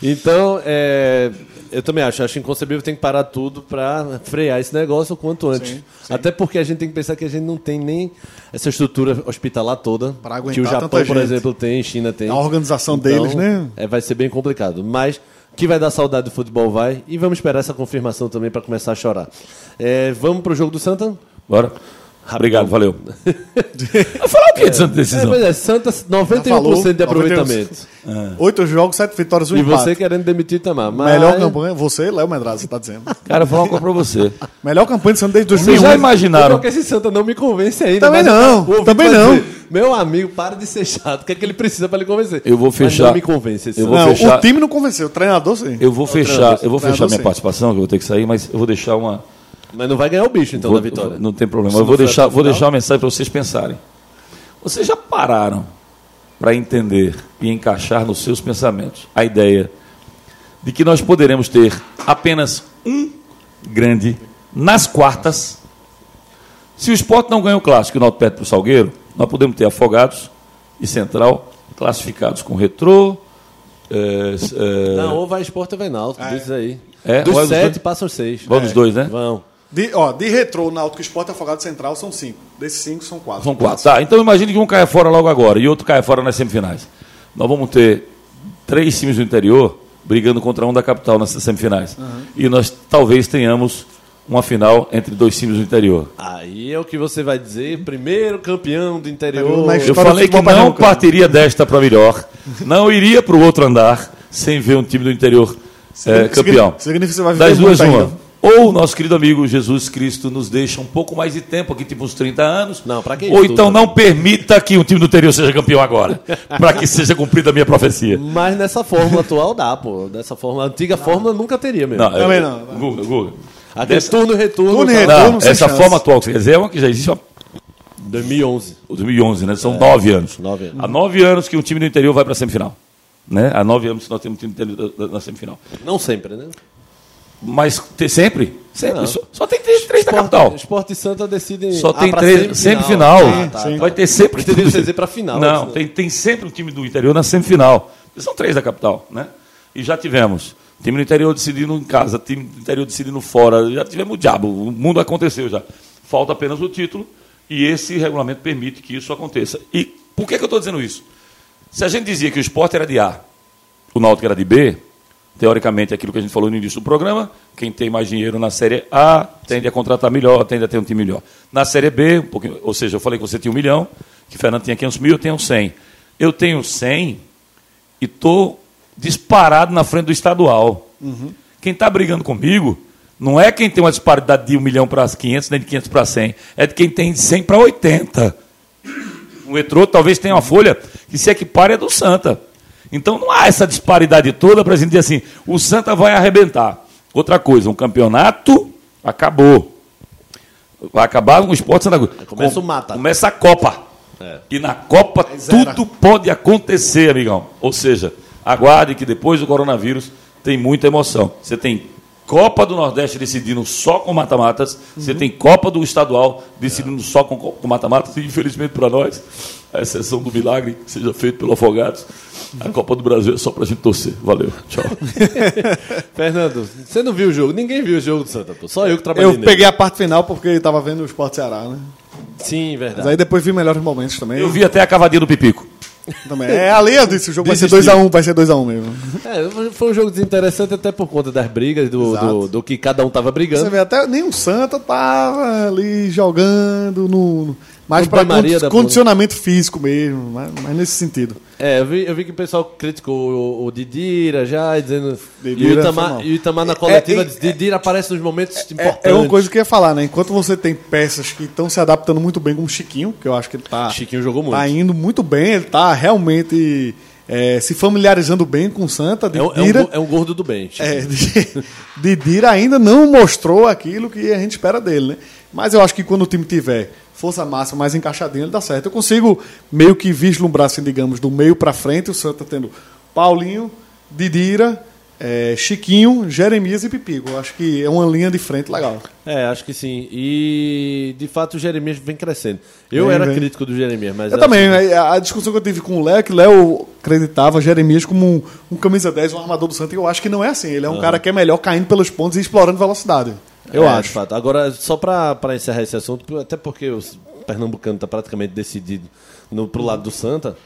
Então, é, eu também acho, acho inconcebível tem que parar tudo para frear esse negócio o quanto antes. Até porque a gente tem que pensar que a gente não tem nem essa estrutura hospitalar toda
Pra
que
aguentar
o Japão,
tanta
por
gente.
exemplo, tem, China tem.
A organização
Então,
deles, né?
É, vai ser bem complicado, mas que vai dar saudade do futebol vai e vamos esperar essa confirmação também para começar a chorar. É, vamos pro jogo do Santa?
Bora? Obrigado, valeu. Vai falar o quê de Santa
É,
Decisão?
pois é, Santa 91% de
Já falou,
aproveitamento.
É.
É. Oito jogos, sete vitórias, um
E
empate.
você querendo demitir Tamar. Mas...
Melhor campanha, você, Léo Medrado, você tá dizendo.
Cara, vou falar uma coisa pra você.
Melhor campanha de Santos desde
Vocês
2001.
já
Não
imaginaram?
que esse Santa não me convence ainda.
Também
mas
não,
o ouvinte
também
vai
não.
dizer, meu amigo, para de ser chato. O que é que ele precisa para lhe convencer?
Eu vou
Mas
fechar.
não me convence esse
Eu
Santa.
vou
Não,
fechar-
o time não convenceu, o treinador sim.
Eu vou fechar, eu vou fechar
Treinador,
minha
sim.
participação, que eu vou ter que sair, mas eu vou deixar uma.
Mas não vai ganhar o bicho, então,
vou-
na vitória.
Não tem problema.
Se
Eu
não
vou
for
deixar,
até o
vou
final.
deixar uma mensagem para vocês pensarem. Vocês já pararam para entender e encaixar nos seus pensamentos a ideia de que nós poderemos ter apenas um grande nas quartas. Se o esporte não ganha o clássico e o Náutico perde para o Salgueiro, nós podemos ter Afogados e Central classificados com Retrô. eh, s- eh,
Não, ou vai esporte ou vai náutico, diz isso aí.
É, ou é
Dos
os
sete,
dois?
passam seis. É.
Vão dos dois, né?
Vão.
De, ó, de retrô, Náutico, Esporte, Afogado Central são cinco. Desses cinco são quatro.
São quatro. Tá, então imagine que um caia fora logo agora e outro caia fora nas semifinais. Nós vamos ter três times do interior brigando contra um da capital nas semifinais. E nós talvez tenhamos uma final entre dois times do interior.
Aí é o que você vai dizer, primeiro campeão do interior.
Mas-
Eu
História do
falei que
futebol
não
pernambucano.
partiria desta para melhor, não iria para o outro andar sem ver um time do interior eh,
Significa-
campeão.
significa que você vai viver
das duas,
muito
uma.
ainda.
Ou o nosso querido amigo Jesus Cristo nos deixa um pouco mais de tempo aqui, tipo uns 30 anos.
Não, pra que
Ou
isso
então
tudo,
não permita que um time do interior seja campeão agora, para que seja cumprida a minha profecia.
Mas nessa fórmula atual dá, pô. Dessa fórmula, a antiga fórmula nunca teria mesmo.
eu-
Também não.
Guga, Guga.
Aqui é
Dessa-
turno e retorno.
Turno e
tá?
retorno.
é, Não,
não sem
essa
chance.
forma atual que você quer dizer é uma que já existe há
2011.
2011, né? São nove anos.
É, nove anos.
Há nove anos que um time do interior vai para a semifinal. Né? Há nove anos que nós temos um time do interior da- da- na semifinal.
Não sempre, né?
Mas ter sempre? Sempre.
Não.
Só, só tem três, três da
Esporte-
capital.
Esporte e Santa decidem.
Só
Ah,
tem
pra
três. Semifinal.
Ah, tá,
Sim.
tá.
Vai ter sempre.
Entendi você dizer pra final,
Não,
né?
tem, tem sempre um time do interior na semifinal. São três da capital, né? E já tivemos. Time do interior decidindo em casa, time do interior decidindo fora. Já tivemos o diabo. O mundo aconteceu já. Falta apenas o título e esse regulamento permite que isso aconteça. E por que, que eu estou dizendo isso? Se a gente dizia que o esporte era de A, o Náutico era de B, teoricamente aquilo que a gente falou no início do programa, quem tem mais dinheiro na Série A tende a contratar melhor, tende a ter um time melhor. Na Série B, um pouquinho- ou seja, eu falei que você tinha um milhão, que Fernando tinha 500 mil, eu tenho 100. Eu tenho 100 e estou disparado na frente do estadual. Quem está brigando comigo não é quem tem uma disparidade de 1 milhão para 500, nem de 500 para 100, é de quem tem de 100 para 80. O metrô talvez tenha uma folha que se equipare à do Santa. Então não há essa disparidade toda para a gente dizer assim, o Santa vai arrebentar. Outra coisa, um campeonato acabou. Vai acabar com o esporte Santa Cruz.
Começa
Com-
o mata. né?
Começa a Copa.
É.
E na Copa
zera.
tudo pode acontecer, amigão. Ou seja, aguarde que depois do coronavírus tem muita emoção. Você tem Copa do Nordeste decidindo só com mata-matas, você tem Copa do Estadual decidindo só com, com mata-matas, e infelizmente para nós, a exceção do milagre que seja feito pelo Afogados, a Copa do Brasil é só para a gente torcer. Valeu, tchau.
Fernando, você não viu o jogo? Ninguém viu o jogo do Santa, pô. Só eu que trabalhei
Eu peguei a parte final porque tava vendo o Esporte Ceará, né?
nele. Sim,
Mas
verdade.
aí depois vi melhores momentos também.
Tá. Eu vi até a cavadinha do Pipico.
também. É ali eu disse, o jogo vai ser
Desisti.
2x1, vai ser 2x1 mesmo.
É, foi um jogo desinteressante até por conta das brigas, do,
Exato.
do, do
Tá.
que cada um tava
Você
brigando.
vê até nem o Santa tava ali jogando no. no- Mas
Não
para
primaria da bola.
condicionamento físico mesmo, mas, mas nesse sentido.
É, eu vi, eu vi que o pessoal criticou o, o Didira já, dizendo.
Didira
e, o
foi mal.
Itamar, e o Itamar na coletiva
é,
disse: Didira aparece nos momentos importantes.
É, é uma coisa que eu ia falar, né? Enquanto você tem peças que estão se adaptando muito bem, como Chiquinho, que eu acho que ele tá,
Chiquinho jogou muito.
tá indo muito bem, ele tá realmente é, se familiarizando bem com o Santa.
É, um- é um,
Didira-
go- é um gordo do bem. Chico.
É, de- Didira ainda não mostrou aquilo que a gente espera dele, né? Mas eu acho que quando o time tiver força máxima mais encaixadinho, ele dá certo. Eu consigo meio que vislumbrar, assim, digamos, do meio pra frente, o Santa tendo Paulinho, Didira, eh, Chiquinho, Jeremias e Pipico. Eu acho que é uma linha de frente legal.
É, acho que sim. E de fato o Jeremias vem crescendo. Eu
Vem,
era
vem.
crítico do Jeremias, mas.
Eu
acho
também, né? a a discussão que eu tive com o Léo é que Léo acreditava Jeremias como um, um camisa 10, um armador do Santa, e eu acho que não é assim. Ele é um cara que é melhor caindo pelos pontos e explorando velocidade. Eu
É, de
acho.
fato. Agora, só para encerrar esse assunto, até porque o Pernambucano está praticamente decidido no, pro lado do Santa,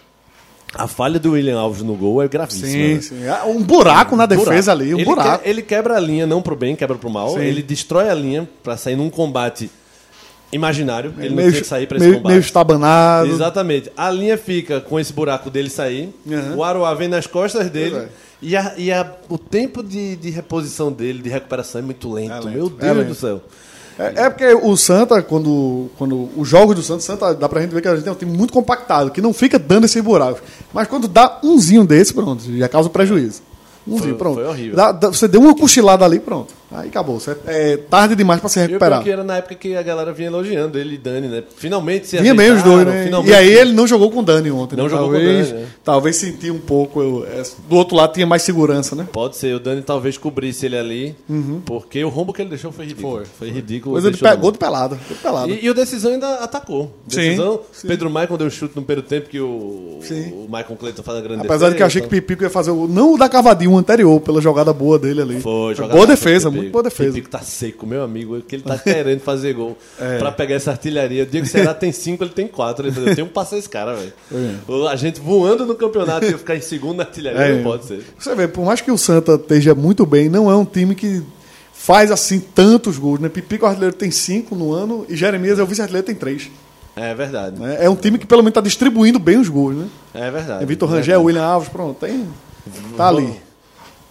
a falha do William Alves no gol é gravíssima.
Sim,
né?
sim. Ah, Um buraco na
Buraco.
defesa ali, um
ele
buraco.
que- ele quebra a linha, não pro bem, quebra pro mal.
Sim.
Ele destrói a linha para sair num combate imaginário. Ele não
meio,
tinha que sair para esse
meio,
combate.
meio estabanado.
Exatamente. A linha fica com esse buraco dele sair,
Aham.
o Aroá vem nas costas dele.
Pois é.
E, a- e a- o tempo de, de reposição dele, de recuperação, é muito lento.
lento,
Meu
é
Deus
lento.
do céu.
É, é porque o Santa, quando, quando os jogos do Santa, Santa, dá pra gente ver que a gente tem um time muito compactado, que não fica dando esses buracos. Mas quando dá umzinho desse, pronto, já causa prejuízo. Umzinho,
Foi-
pronto.
foi horrível.
Dá- dá- você deu uma cochilada ali, pronto. Aí acabou. Você- é tarde demais pra se
E o pior
recuperar.
que era na época que a galera vinha elogiando ele e Dani, né? Finalmente se
Vinha bem os
ajeitaram,
dois, né?
tá, finalmente-
E aí ele não jogou com o Dani ontem.
Não
né?
jogou com o
talvez,
Dani, né?
Talvez sentia um pouco. eu- é, do outro lado tinha mais segurança, né?
Pode ser, o Dani talvez cobrisse ele ali,
Uhum.
porque o rombo que ele deixou foi ridículo. Foi, ridículo.
Coisa de
deixou
pe-
no-
gol de pelada. Gol de pelada.
E, e o decisão ainda atacou.
Sim,
Decisão,
sim.
Pedro Maicon deu chute no primeiro tempo que o,
Sim.
o Maicon Cleiton faz a grande
Apesar de que eu achei que o
defesa,
Pipico ia fazer o, não o da cavadinha, o anterior, pela jogada boa dele ali.
Foi, jogada
boa
rápida,
defesa,
Pipico.
muito boa defesa.
Pipico tá seco, meu amigo, que ele tá querendo fazer gol
É.
pra pegar essa artilharia. O Diego Será tem cinco, ele tem quatro. Ele falou, eu tenho um passo a esse cara, velho. O- A gente voando no campeonato e eu ficar em segundo na artilharia,
É.
não pode ser.
Você vê, por mais que o Santa esteja muito bem, não é um time que faz assim tantos gols, né? Pipico artilheiro tem cinco no ano e Jeremias é o vice-artilheiro tem três.
É verdade.
né? É um time que pelo menos está distribuindo bem os gols, né?
É verdade.
É Vitor
É
Rangel,
verdade.
William Alves, pronto, tem. Tá ali.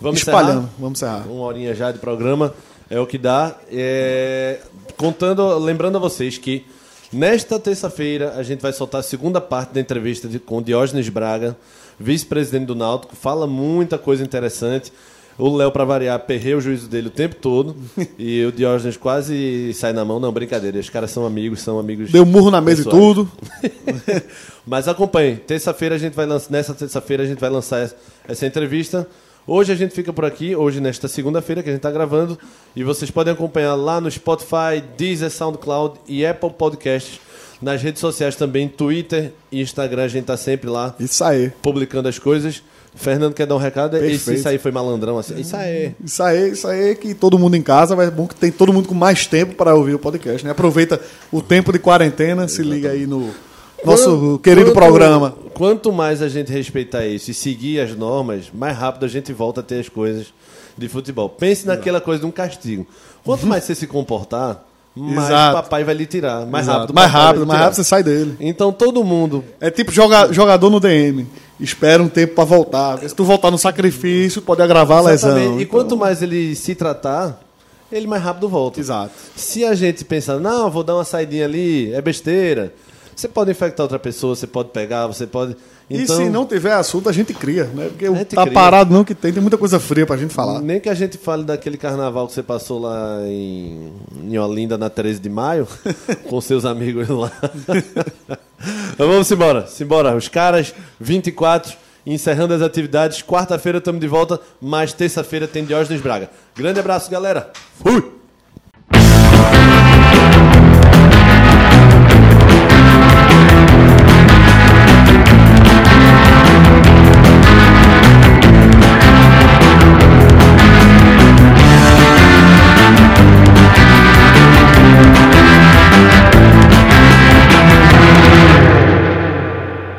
Vamos
espalhando.
encerrar?
Vamos encerrar.
Uma horinha já de programa é o que dá. É, Contando, lembrando a vocês que nesta terça-feira a gente vai soltar a segunda parte da entrevista de- com Diógenes Braga, vice-presidente do Náutico. Fala muita coisa interessante. O Léo, para variar, perreu o juízo dele o tempo todo. e o Diógenes quase sai na mão. Não, brincadeira. Esses caras são amigos, são amigos.
Deu murro na mesa
pessoais.
e tudo.
Mas acompanhe. Terça-feira a gente vai lançar. Nessa terça-feira a gente vai lançar es- essa entrevista. Hoje a gente fica por aqui, hoje nesta segunda-feira que a gente está gravando. E vocês podem acompanhar lá no Spotify, Deezer, SoundCloud e Apple Podcasts. Nas redes sociais também, Twitter e Instagram, a gente tá sempre lá
Isso aí.
publicando as coisas. Fernando quer dar um recado? Esse,
Perfeito.
isso aí foi malandrão assim. Isso aí.
Isso aí, isso aí que todo mundo em casa, mas é bom que tem todo mundo com mais tempo para ouvir o podcast, né? Aproveita o tempo de quarentena, se liga aí no nosso
Quanto-
querido
quanto-
programa.
Quanto mais a gente respeitar isso e seguir as normas, mais rápido a gente volta a ter as coisas de futebol. Pense naquela coisa de um castigo. Quanto mais você se comportar, mais
Exato.
papai vai lhe tirar. Mais
Exato.
rápido.
mais
papai vai
rápido,
lhe
mais
tirar.
rápido você sai dele.
Então todo mundo.
É tipo joga- jogador no DM. Espera um tempo para voltar. porque Se tu voltar no sacrifício, pode agravar a lesão.
Exatamente. E
Então,
quanto mais ele se tratar, ele mais rápido volta.
Exato.
Se a gente pensar, não, vou dar uma saidinha ali, é besteira. Você pode infectar outra pessoa, você pode pegar, você pode. Então,
e se não tiver assunto, a gente cria, né? Porque o
gente
tá
cria.
parado não que tem, tem muita coisa fria pra gente falar.
Nem que a gente fale daquele carnaval que você passou lá em, em Olinda na 13 de maio, com seus amigos lá. Então vamos embora, simbora. Os caras, 24, encerrando as atividades. Quarta-feira estamos de volta, mas terça-feira tem Diógenes Braga. Grande abraço, galera. Fui!